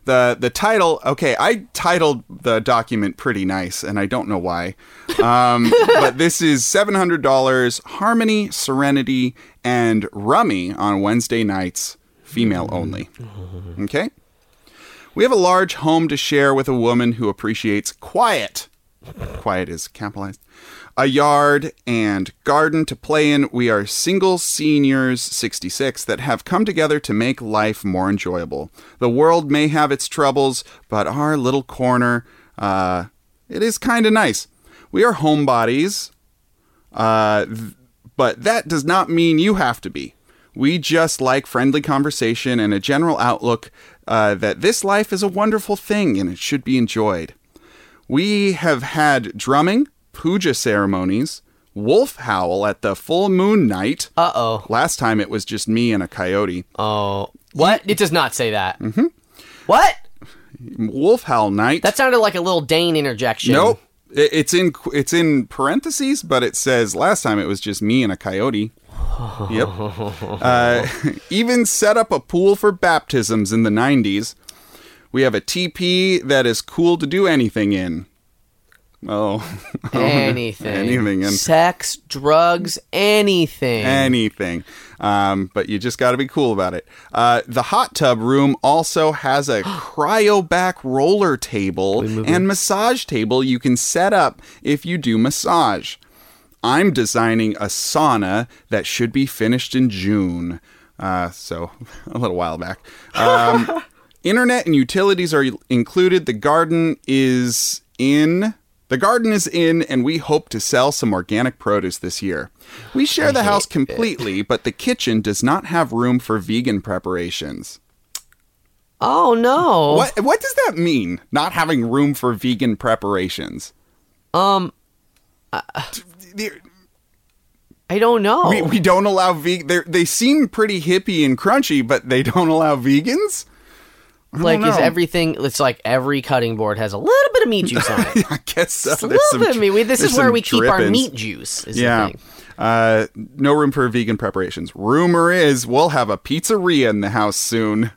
[SPEAKER 1] the The title. Okay, I titled the document pretty nice, and I don't know why. Um, but this is seven hundred dollars. Harmony, serenity, and rummy on Wednesday nights. Female only. Okay. We have a large home to share with a woman who appreciates quiet. Quiet is capitalized. A yard and garden to play in. We are single seniors, 66, that have come together to make life more enjoyable. The world may have its troubles, but our little corner, uh, it is kind of nice. We are homebodies, uh, th- but that does not mean you have to be. We just like friendly conversation and a general outlook uh, that this life is a wonderful thing and it should be enjoyed. We have had drumming, puja ceremonies, wolf howl at the full moon night.
[SPEAKER 2] Uh oh.
[SPEAKER 1] Last time it was just me and a coyote.
[SPEAKER 2] Oh. What? It does not say that. Mm-hmm. What?
[SPEAKER 1] Wolf howl night.
[SPEAKER 2] That sounded like a little Dane interjection.
[SPEAKER 1] nope. I- It's in qu- it's in parentheses, but it says last time it was just me and a coyote. Yep. Uh, even set up a pool for baptisms in the 90s. We have a TP that is cool to do anything in. Oh,
[SPEAKER 2] Anything.
[SPEAKER 1] Anything in.
[SPEAKER 2] Sex, drugs, anything.
[SPEAKER 1] anything. Um, but you just got to be cool about it. Uh, the hot tub room also has a cryo back roller table and massage table you can set up if you do massage. I'm designing a sauna that should be finished in June. Uh, so a little while back. Um, internet and utilities are included. The garden is in. The garden is in, and we hope to sell some organic produce this year. We share the house completely, but the kitchen does not have room for vegan preparations.
[SPEAKER 2] Oh no.
[SPEAKER 1] What what does that mean? Not having room for vegan preparations?
[SPEAKER 2] Um,
[SPEAKER 1] There-
[SPEAKER 2] I don't know.
[SPEAKER 1] We, we don't allow vegan. They seem pretty hippie and crunchy, but they don't allow vegans.
[SPEAKER 2] like, is
[SPEAKER 1] know.
[SPEAKER 2] everything? It's like every cutting board has a little bit of meat juice on it.
[SPEAKER 1] I guess so.
[SPEAKER 2] It's a
[SPEAKER 1] There's
[SPEAKER 2] little
[SPEAKER 1] some
[SPEAKER 2] bit of meat. We- This
[SPEAKER 1] there's
[SPEAKER 2] is where
[SPEAKER 1] some
[SPEAKER 2] we keep our
[SPEAKER 1] drippings.
[SPEAKER 2] meat juice. Is The
[SPEAKER 1] Yeah.
[SPEAKER 2] thing.
[SPEAKER 1] Uh, no room for vegan preparations. Rumor is we'll have a pizzeria in the house soon.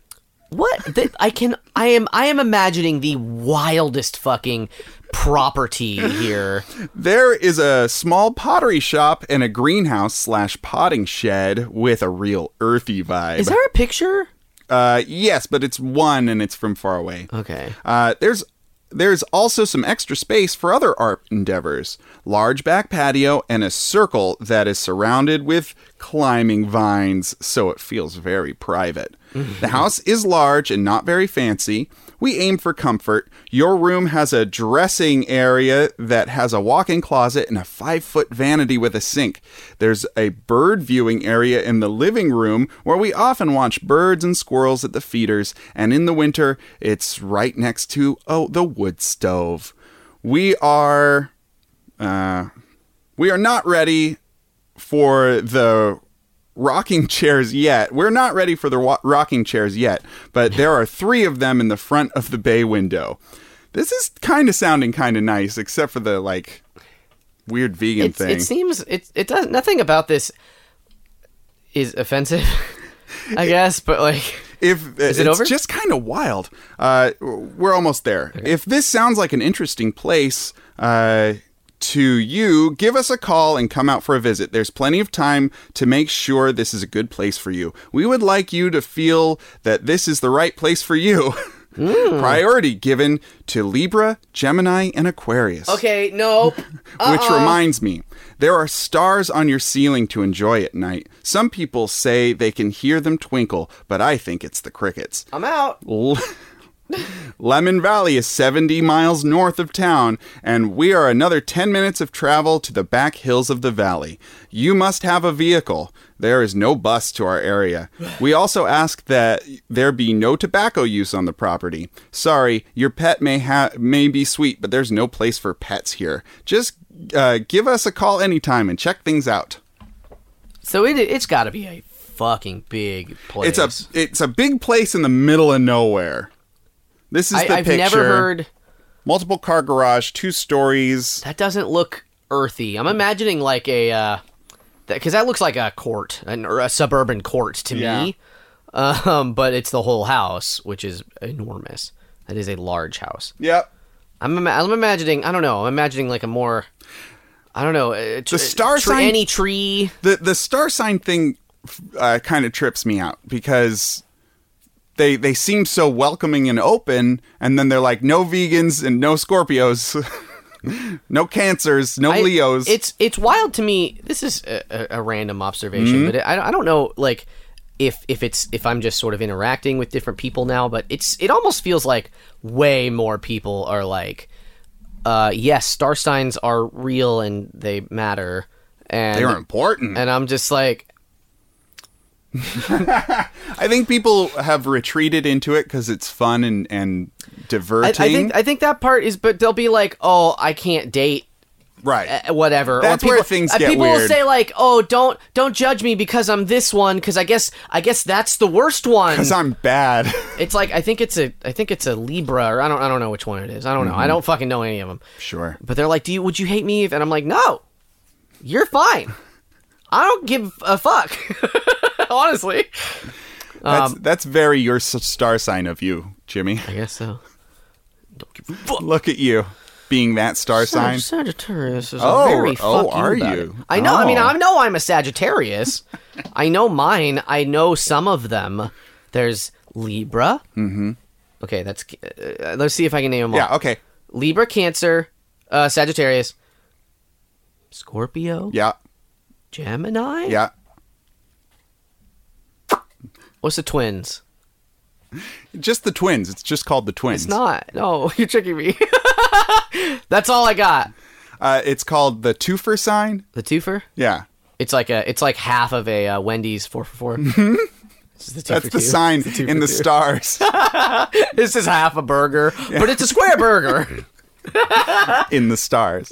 [SPEAKER 2] What? The, I can. I am. I am imagining the wildest fucking property here.
[SPEAKER 1] There is a small pottery shop and a greenhouse slash potting shed with a real earthy vibe.
[SPEAKER 2] Is there a picture?
[SPEAKER 1] uh, yes, but it's one and it's from far away.
[SPEAKER 2] Okay.
[SPEAKER 1] Uh, there's there's also some extra space for other art endeavors. Large back patio and a circle that is surrounded with climbing vines, so it feels very private. the house is large and not very fancy. We aim for comfort. Your room has a dressing area that has a walk in closet and a five foot vanity with a sink. There's a bird viewing area in the living room where we often watch birds and squirrels at the feeders, and in the winter, it's right next to, oh, the wood stove. We are. Uh, we are not ready for the rocking chairs yet. We're not ready for the wa- rocking chairs yet, but there are three of them in the front of the bay window. This is kind of sounding kind of nice, except for the like weird vegan
[SPEAKER 2] It's,
[SPEAKER 1] thing.
[SPEAKER 2] it seems it. It does nothing about this is offensive. I guess, but like,
[SPEAKER 1] if uh, it's
[SPEAKER 2] it over?
[SPEAKER 1] just kind of wild. Uh, we're almost there. If this sounds like an interesting place uh, to you, give us a call and come out for a visit. There's plenty of time to make sure this is a good place for you. We would like you to feel that this is the right place for you.
[SPEAKER 2] Hmm.
[SPEAKER 1] Priority given to Libra, Gemini, and Aquarius.
[SPEAKER 2] okay, no.
[SPEAKER 1] Which reminds me, there are stars on your ceiling to enjoy at night. Some people say they can hear them twinkle, but I think it's the crickets.
[SPEAKER 2] I'm out.
[SPEAKER 1] L- Lemon Valley is 70 miles north of town, and we are another 10 minutes of travel to the back hills of the valley. You must have a vehicle. There is no bus to our area. We also ask that there be no tobacco use on the property. Sorry, your pet may ha- may be sweet, but there's no place for pets here. Just uh, give us a call anytime and check things out.
[SPEAKER 2] So it it's got to be a fucking big place.
[SPEAKER 1] It's a it's a big place in the middle of nowhere. This is
[SPEAKER 2] I,
[SPEAKER 1] the
[SPEAKER 2] I've
[SPEAKER 1] picture.
[SPEAKER 2] never heard.
[SPEAKER 1] Multiple car garage, two stories.
[SPEAKER 2] That doesn't look earthy. I'm imagining like a uh, because that, looks like a court, an, or a suburban court to
[SPEAKER 1] Yeah.
[SPEAKER 2] me. Um, but it's the whole house, which is enormous. That is a large house.
[SPEAKER 1] Yep.
[SPEAKER 2] I'm ima- I'm imagining. I don't know. I'm imagining like a more. I don't know. A tr-
[SPEAKER 1] The star
[SPEAKER 2] tree-
[SPEAKER 1] sign-
[SPEAKER 2] Any tree.
[SPEAKER 1] The the star sign thing uh, kind of trips me out because they they seem so welcoming and open, and then they're like no vegans and no Scorpios, no cancers, no
[SPEAKER 2] I-
[SPEAKER 1] Leos.
[SPEAKER 2] It's it's wild to me. This is a, a, a random observation,
[SPEAKER 1] Mm-hmm.
[SPEAKER 2] but I, I don't know like if if it's if I'm just sort of interacting with different people now, but it's it almost feels like way more people are like, uh, yes, star signs are real and they matter, and
[SPEAKER 1] they Mm. are important.
[SPEAKER 2] and I'm just like,
[SPEAKER 1] I think people have retreated into it because it's fun and and
[SPEAKER 2] I, I
[SPEAKER 1] diverting.
[SPEAKER 2] think I think that part is, but they'll be like, oh, I can't date
[SPEAKER 1] right.
[SPEAKER 2] uh, whatever.
[SPEAKER 1] That's
[SPEAKER 2] or people,
[SPEAKER 1] where things
[SPEAKER 2] uh,
[SPEAKER 1] get
[SPEAKER 2] people will
[SPEAKER 1] weird.
[SPEAKER 2] say like, "Oh, don't don't judge me because I'm this one because I guess I guess that's the worst one."
[SPEAKER 1] Because I'm bad.
[SPEAKER 2] It's like I think it's a I think it's a Libra or I don't I don't know which one it is. I don't know. I don't fucking know any of them.
[SPEAKER 1] sure.
[SPEAKER 2] But they're like, "Do you would you hate me?" If, and I'm like, "No, you're fine. I don't give a fuck." Honestly,
[SPEAKER 1] That's
[SPEAKER 2] Um,
[SPEAKER 1] that's very your s- star sign of you, Jimmy.
[SPEAKER 2] I guess so.
[SPEAKER 1] Look at you being that star sign.
[SPEAKER 2] Sagittarius is
[SPEAKER 1] Oh,
[SPEAKER 2] a very
[SPEAKER 1] oh,
[SPEAKER 2] fuck
[SPEAKER 1] are
[SPEAKER 2] about
[SPEAKER 1] you?
[SPEAKER 2] it. I know. I mean,
[SPEAKER 1] Oh.
[SPEAKER 2] I know I'm a Sagittarius. I know mine. I know some of them. There's Libra. Mm-hmm. Okay, that's. Uh, let's see if I can name them all.
[SPEAKER 1] Yeah, okay.
[SPEAKER 2] Libra, Cancer, uh, Sagittarius, Scorpio,
[SPEAKER 1] Yeah,
[SPEAKER 2] Gemini.
[SPEAKER 1] yeah.
[SPEAKER 2] What's the twins?
[SPEAKER 1] Just the twins. It's just called the twins.
[SPEAKER 2] It's not. No, you're tricking me. that's all I got.
[SPEAKER 1] Uh, it's called the twofer sign.
[SPEAKER 2] The twofer.
[SPEAKER 1] Yeah,
[SPEAKER 2] It's like a. It's like half of a uh, Wendy's four for four. This is the
[SPEAKER 1] Mm-hmm.
[SPEAKER 2] two
[SPEAKER 1] that's
[SPEAKER 2] for
[SPEAKER 1] the
[SPEAKER 2] two.
[SPEAKER 1] sign
[SPEAKER 2] It's two
[SPEAKER 1] in
[SPEAKER 2] for
[SPEAKER 1] the
[SPEAKER 2] two.
[SPEAKER 1] stars.
[SPEAKER 2] This is half a burger, but it's a square burger.
[SPEAKER 1] in the stars.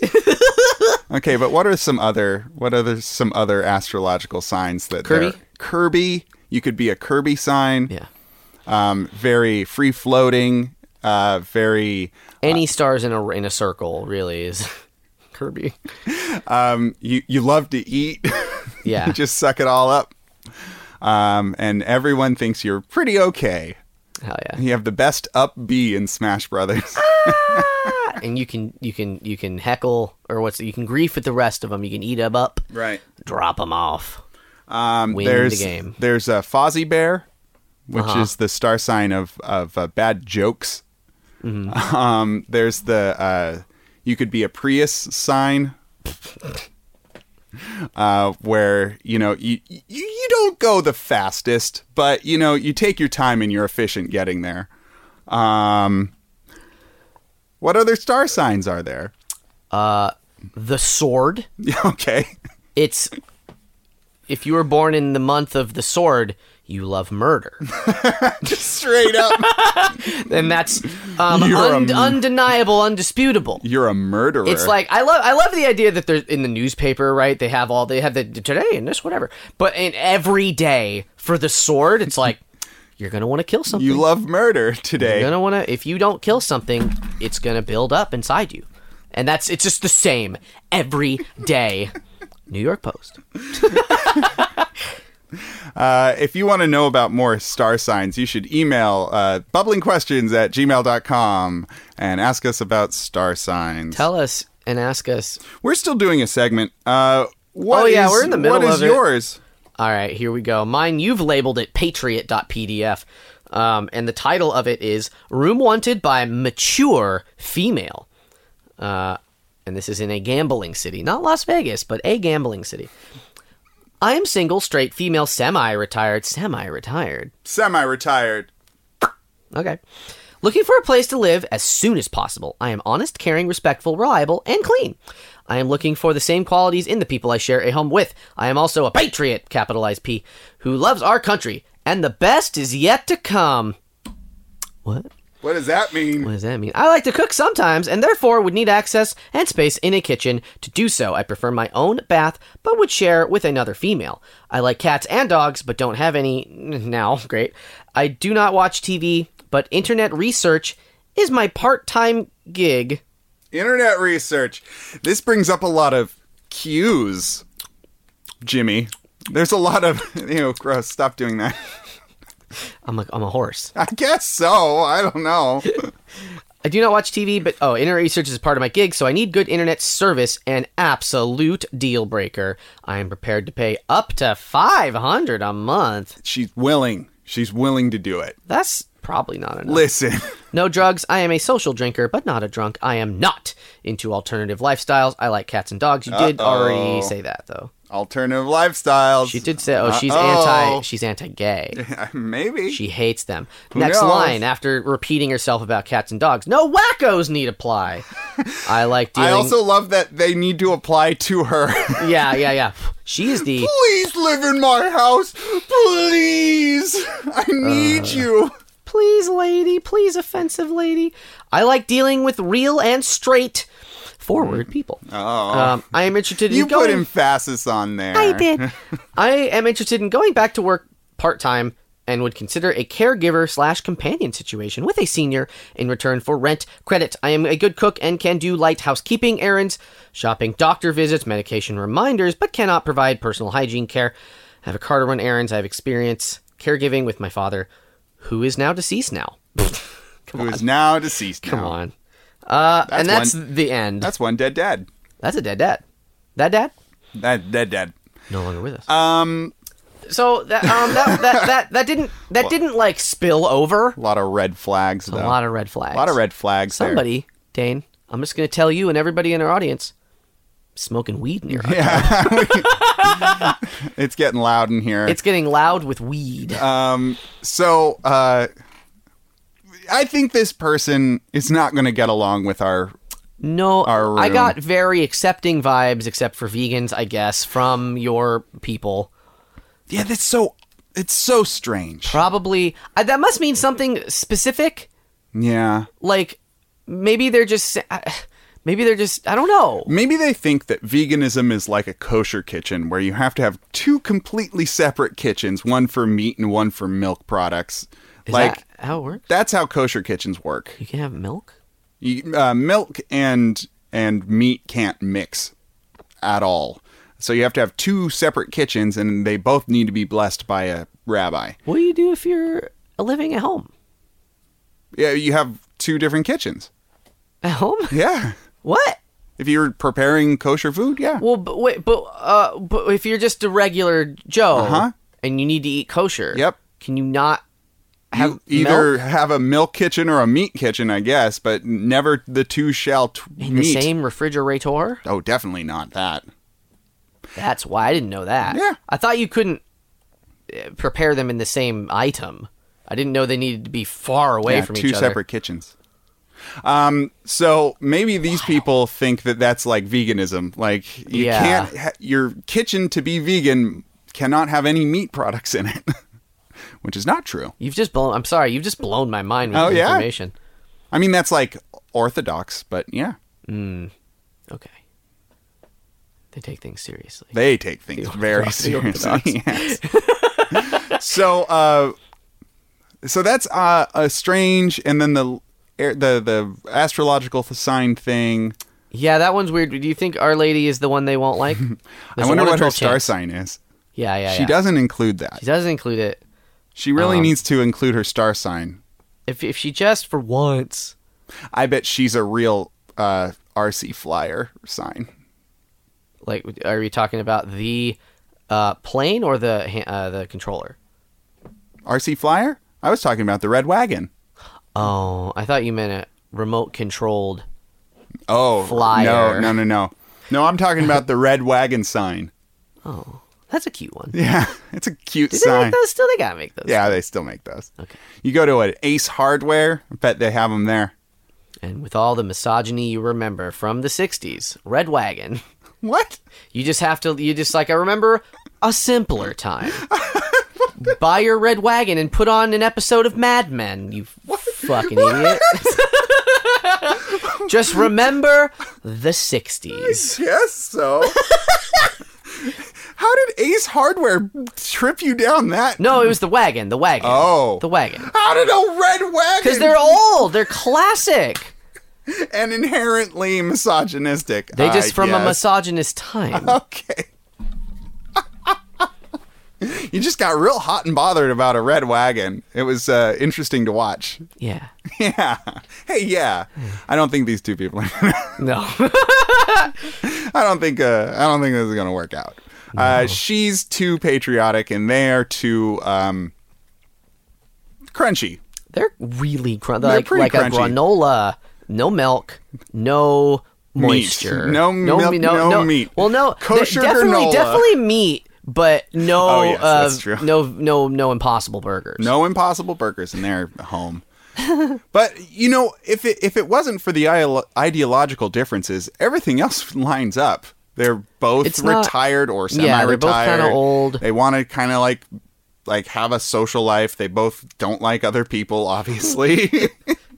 [SPEAKER 1] okay, but what are some other what are there some other astrological signs that
[SPEAKER 2] Kirby?
[SPEAKER 1] they're- Kirby. You could be a Kirby sign.
[SPEAKER 2] yeah.
[SPEAKER 1] Um, very free floating. Uh, very.
[SPEAKER 2] Any stars in a in a circle really is Kirby.
[SPEAKER 1] Um, you you love to eat.
[SPEAKER 2] Yeah.
[SPEAKER 1] just suck it all up. Um, and everyone thinks you're pretty okay.
[SPEAKER 2] Hell yeah.
[SPEAKER 1] You have the best up B in Smash Brothers.
[SPEAKER 2] And you can you can you can heckle or what's you can grief with the rest of them. You can eat them up,
[SPEAKER 1] right.
[SPEAKER 2] drop them off.
[SPEAKER 1] Um,
[SPEAKER 2] Win
[SPEAKER 1] there's
[SPEAKER 2] the game. Uh-huh.
[SPEAKER 1] there's a Fozzie Bear, which is the star sign of of uh, bad jokes.
[SPEAKER 2] Mm-hmm.
[SPEAKER 1] Um, there's the uh, you could be a Prius sign. Uh, where you know you, you you don't go the fastest, but you know you take your time and you're efficient getting there. Um, what other star signs are there?
[SPEAKER 2] The sword.
[SPEAKER 1] okay,
[SPEAKER 2] It's if you were born in the month of the sword, you love murder.
[SPEAKER 1] straight up,
[SPEAKER 2] and that's um,
[SPEAKER 1] You're a
[SPEAKER 2] und-
[SPEAKER 1] m-
[SPEAKER 2] undeniable, undisputable.
[SPEAKER 1] you're a murderer.
[SPEAKER 2] It's like I love I love the idea that they're in the newspaper, right? They have all they have the today and this whatever. But in every day for the sword, it's like you're gonna want to kill something.
[SPEAKER 1] you love murder today.
[SPEAKER 2] You're gonna want to if you don't kill something, it's gonna build up inside you, and that's it's just the same every day. New York Post.
[SPEAKER 1] Uh, if you want to know about more star signs, you should email uh, bubblingquestions at gmail.com and ask us about star signs.
[SPEAKER 2] Tell us and ask us.
[SPEAKER 1] we're still doing a segment. Uh, what
[SPEAKER 2] Oh, yeah,
[SPEAKER 1] is-
[SPEAKER 2] we're in the middle
[SPEAKER 1] What is
[SPEAKER 2] of it.
[SPEAKER 1] yours?
[SPEAKER 2] All right, here we go. Mine, you've labeled it patriot.pdf. Um, and the title of it is Room Wanted by Mature Female. Uh, and this is in a gambling city. Not Las Vegas, but a gambling city. I am single, straight, female, semi retired, semi retired.
[SPEAKER 1] Semi retired.
[SPEAKER 2] Okay. Looking for a place to live as soon as possible. I am honest, caring, respectful, reliable, and clean. I am looking for the same qualities in the people I share a home with. I am also a patriot, capitalized P, who loves our country, and the best is yet to come. What?
[SPEAKER 1] What does that mean?
[SPEAKER 2] What does that mean? I like to cook sometimes and therefore would need access and space in a kitchen to do so. I prefer my own bath but would share with another female. I like cats and dogs but don't have any now. Great. I do not watch TV, but internet research is my part time gig.
[SPEAKER 1] Internet research. This brings up a lot of cues, Jimmy. There's a lot of you know, gross. Stop doing that.
[SPEAKER 2] I'm a, I'm a horse.
[SPEAKER 1] I guess so. I don't know.
[SPEAKER 2] I do not watch TV, but oh, internet research is part of my gig, so I need good internet service, an absolute deal breaker. I am prepared to pay up to 500 a month.
[SPEAKER 1] She's willing. She's willing to do it.
[SPEAKER 2] That's probably not enough.
[SPEAKER 1] Listen,
[SPEAKER 2] No drugs. I am a social drinker, but not a drunk. I am not into alternative lifestyles. I like cats and dogs. You did
[SPEAKER 1] Uh-oh.
[SPEAKER 2] already say that though.
[SPEAKER 1] alternative lifestyles.
[SPEAKER 2] She did say, "Oh, she's
[SPEAKER 1] Uh-oh.
[SPEAKER 2] anti. She's anti-gay.
[SPEAKER 1] Maybe.
[SPEAKER 2] She hates them." Next
[SPEAKER 1] knows?
[SPEAKER 2] line after repeating herself about cats and dogs. No wackos need apply. I like dealing.
[SPEAKER 1] I also love that they need to apply to her.
[SPEAKER 2] yeah, yeah, yeah. She is the.
[SPEAKER 1] Please live in my house. Please. I
[SPEAKER 2] Uh.
[SPEAKER 1] need you.
[SPEAKER 2] Please, lady. Please, offensive lady. I like dealing with real and straight, forward people.
[SPEAKER 1] Oh.
[SPEAKER 2] Um, I am interested in
[SPEAKER 1] you
[SPEAKER 2] going.
[SPEAKER 1] put emphasis on there.
[SPEAKER 2] I did. I am interested in going back to work part time and would consider a caregiver slash companion situation with a senior in return for rent credit. I am a good cook and can do light housekeeping errands, shopping, doctor visits, medication reminders, but cannot provide personal hygiene care. I have a car to run errands. I have experience caregiving with my father, who is now deceased now. Come
[SPEAKER 1] Who
[SPEAKER 2] on.
[SPEAKER 1] is now deceased.
[SPEAKER 2] Come
[SPEAKER 1] now.
[SPEAKER 2] on. Uh, and that's
[SPEAKER 1] That's
[SPEAKER 2] the end. That's,
[SPEAKER 1] That's one dead dad.
[SPEAKER 2] a dead dad. That dad?
[SPEAKER 1] That dead dad.
[SPEAKER 2] No longer with us.
[SPEAKER 1] Um,
[SPEAKER 2] So that um that that that, that didn't that didn't like spill over.
[SPEAKER 1] a lot of red flags though.
[SPEAKER 2] A lot of red flags.
[SPEAKER 1] A lot of red flags. there.
[SPEAKER 2] Somebody, Dane. I'm just gonna tell you and everybody in our audience, smoking weed near. Yeah.
[SPEAKER 1] It's getting loud in here.
[SPEAKER 2] It's getting loud with weed.
[SPEAKER 1] Um, so uh, I think this person is not going to get along with our.
[SPEAKER 2] no,
[SPEAKER 1] our
[SPEAKER 2] I
[SPEAKER 1] room.
[SPEAKER 2] got very accepting vibes, except for vegans, I guess, from your people.
[SPEAKER 1] Yeah, that's so. It's so strange.
[SPEAKER 2] Probably I, that must mean something specific.
[SPEAKER 1] Yeah,
[SPEAKER 2] Like maybe they're just. I- Maybe they're just. I don't know.
[SPEAKER 1] maybe they think that veganism is like a kosher kitchen where you have to have two completely separate kitchens, one for meat and one for milk products.
[SPEAKER 2] Is
[SPEAKER 1] like
[SPEAKER 2] that how it works?
[SPEAKER 1] that's how kosher kitchens work.
[SPEAKER 2] You can have milk.
[SPEAKER 1] You, uh, milk and and meat can't mix at all. So you have to have two separate kitchens, and they both need to be blessed by a rabbi.
[SPEAKER 2] What do you do if you're living at home?
[SPEAKER 1] Yeah, you have two different kitchens.
[SPEAKER 2] At home?
[SPEAKER 1] Yeah.
[SPEAKER 2] What?
[SPEAKER 1] If you're preparing kosher food, yeah.
[SPEAKER 2] Well, but wait, but uh, but if you're just a regular Joe
[SPEAKER 1] Uh-huh.
[SPEAKER 2] and you need to eat kosher,
[SPEAKER 1] Yep.
[SPEAKER 2] Can you not have
[SPEAKER 1] You either
[SPEAKER 2] milk
[SPEAKER 1] have a milk kitchen or a meat kitchen, I guess, but never the two shall t-
[SPEAKER 2] in
[SPEAKER 1] meet.
[SPEAKER 2] the same refrigerator?
[SPEAKER 1] oh, definitely not that.
[SPEAKER 2] That's why I didn't know that.
[SPEAKER 1] Yeah.
[SPEAKER 2] I thought you couldn't uh, prepare them in the same item. I didn't know they needed to be far away
[SPEAKER 1] Yeah,
[SPEAKER 2] from
[SPEAKER 1] two
[SPEAKER 2] each other.
[SPEAKER 1] separate kitchens. Um, so maybe these people think that that's like veganism. Like you
[SPEAKER 2] Yeah.
[SPEAKER 1] can't ha- your kitchen to be vegan cannot have any meat products in it, which is not true.
[SPEAKER 2] You've just blown. I'm sorry. You've just blown my mind with
[SPEAKER 1] Oh,
[SPEAKER 2] the
[SPEAKER 1] yeah?
[SPEAKER 2] information.
[SPEAKER 1] I mean, that's like orthodox, but yeah,
[SPEAKER 2] Okay. They take things seriously.
[SPEAKER 1] They take things very
[SPEAKER 2] Orthodox, the
[SPEAKER 1] seriously. yes. so, uh, so that's uh, a strange, and then the er, the the astrological sign thing.
[SPEAKER 2] Yeah, that one's weird. Do you think Our Lady is the one they won't like?
[SPEAKER 1] I
[SPEAKER 2] There's a
[SPEAKER 1] wonder what her
[SPEAKER 2] wonderful
[SPEAKER 1] star
[SPEAKER 2] chance.
[SPEAKER 1] sign is.
[SPEAKER 2] Yeah, yeah,
[SPEAKER 1] She
[SPEAKER 2] yeah.
[SPEAKER 1] doesn't include that.
[SPEAKER 2] She doesn't include it.
[SPEAKER 1] She really
[SPEAKER 2] Um,
[SPEAKER 1] needs to include her star sign.
[SPEAKER 2] If if she just for once,
[SPEAKER 1] I bet she's a real uh, RC flyer sign.
[SPEAKER 2] like, are we talking about the uh, plane or the ha- uh, the controller?
[SPEAKER 1] RC flyer? I was talking about the red wagon.
[SPEAKER 2] Oh, I thought you meant a remote controlled.
[SPEAKER 1] Oh, No,
[SPEAKER 2] Flyer.
[SPEAKER 1] no, no, no. No, I'm talking about the red wagon sign.
[SPEAKER 2] Oh, That's a cute one.
[SPEAKER 1] Yeah, it's a cute
[SPEAKER 2] Did they
[SPEAKER 1] sign.
[SPEAKER 2] make those still? They gotta make those.
[SPEAKER 1] Yeah, they still make those.
[SPEAKER 2] Okay.
[SPEAKER 1] You go to an Ace Hardware. I bet they have them there.
[SPEAKER 2] And with all the misogyny you remember from the '60s, Red Wagon,
[SPEAKER 1] What?
[SPEAKER 2] you just have to. You just like I remember a simpler time. Buy your Red Wagon and put on an episode of Mad Men. You fucking idiot. just remember the '60s.
[SPEAKER 1] Yes, so. How did Ace Hardware trip you down that?
[SPEAKER 2] No, it was the wagon. The wagon.
[SPEAKER 1] Oh.
[SPEAKER 2] the wagon.
[SPEAKER 1] How did a red wagon?
[SPEAKER 2] Because they're old. They're classic.
[SPEAKER 1] and inherently misogynistic.
[SPEAKER 2] They just
[SPEAKER 1] I
[SPEAKER 2] from a
[SPEAKER 1] guess.
[SPEAKER 2] misogynist time.
[SPEAKER 1] Okay. you just got real hot and bothered about a red wagon. It was uh, interesting to watch.
[SPEAKER 2] yeah.
[SPEAKER 1] Yeah. Hey, yeah.
[SPEAKER 2] Hmm.
[SPEAKER 1] I don't think these two people. I
[SPEAKER 2] No.
[SPEAKER 1] don't think. Uh, I don't think this is gonna work out. Uh, she's too patriotic, and they are too um, crunchy.
[SPEAKER 2] They're really crunchy.
[SPEAKER 1] They're
[SPEAKER 2] Like,
[SPEAKER 1] pretty
[SPEAKER 2] like a
[SPEAKER 1] crunchy.
[SPEAKER 2] granola. No milk. No moisture.
[SPEAKER 1] No milk,
[SPEAKER 2] me-
[SPEAKER 1] no meat.
[SPEAKER 2] Well, no.
[SPEAKER 1] Kosher
[SPEAKER 2] de- definitely,
[SPEAKER 1] granola.
[SPEAKER 2] definitely meat, but no.
[SPEAKER 1] Oh, yes,
[SPEAKER 2] uh,
[SPEAKER 1] that's true.
[SPEAKER 2] No, no, no impossible burgers.
[SPEAKER 1] No impossible burgers in their home. but you know, if it if it wasn't for the ideolo- ideological differences, everything else lines up. They're both
[SPEAKER 2] It's not-
[SPEAKER 1] retired or
[SPEAKER 2] Yeah,
[SPEAKER 1] semi-retired.
[SPEAKER 2] they're both kinda old.
[SPEAKER 1] They want to kind of like like have a social life. They both don't like other people. Obviously,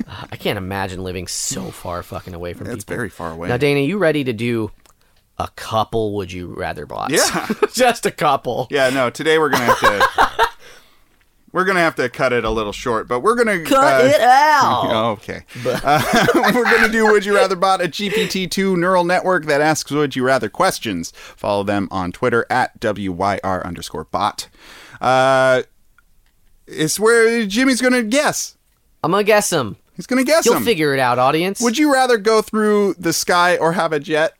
[SPEAKER 2] I can't imagine living so far fucking away from
[SPEAKER 1] it's
[SPEAKER 2] people.
[SPEAKER 1] very far away.
[SPEAKER 2] Now, Dana, you ready to do a couple would you rather blocks?
[SPEAKER 1] Yeah.
[SPEAKER 2] Just a couple.
[SPEAKER 1] yeah, no. Today we're gonna have to we're gonna have to cut it a little short, but we're gonna
[SPEAKER 2] Cut
[SPEAKER 1] uh,
[SPEAKER 2] it out.
[SPEAKER 1] Oh, okay. Uh, we're going to do Would You Rather Bot, a GPT-2 neural network that asks Would You Rather questions. Follow them on Twitter at WYR underscore bot. Uh, it's where Jimmy's going to guess.
[SPEAKER 2] I'm gonna guess them.
[SPEAKER 1] He's going to guess
[SPEAKER 2] You'll
[SPEAKER 1] them.
[SPEAKER 2] figure it out, audience.
[SPEAKER 1] Would you rather go through the sky or have a jet?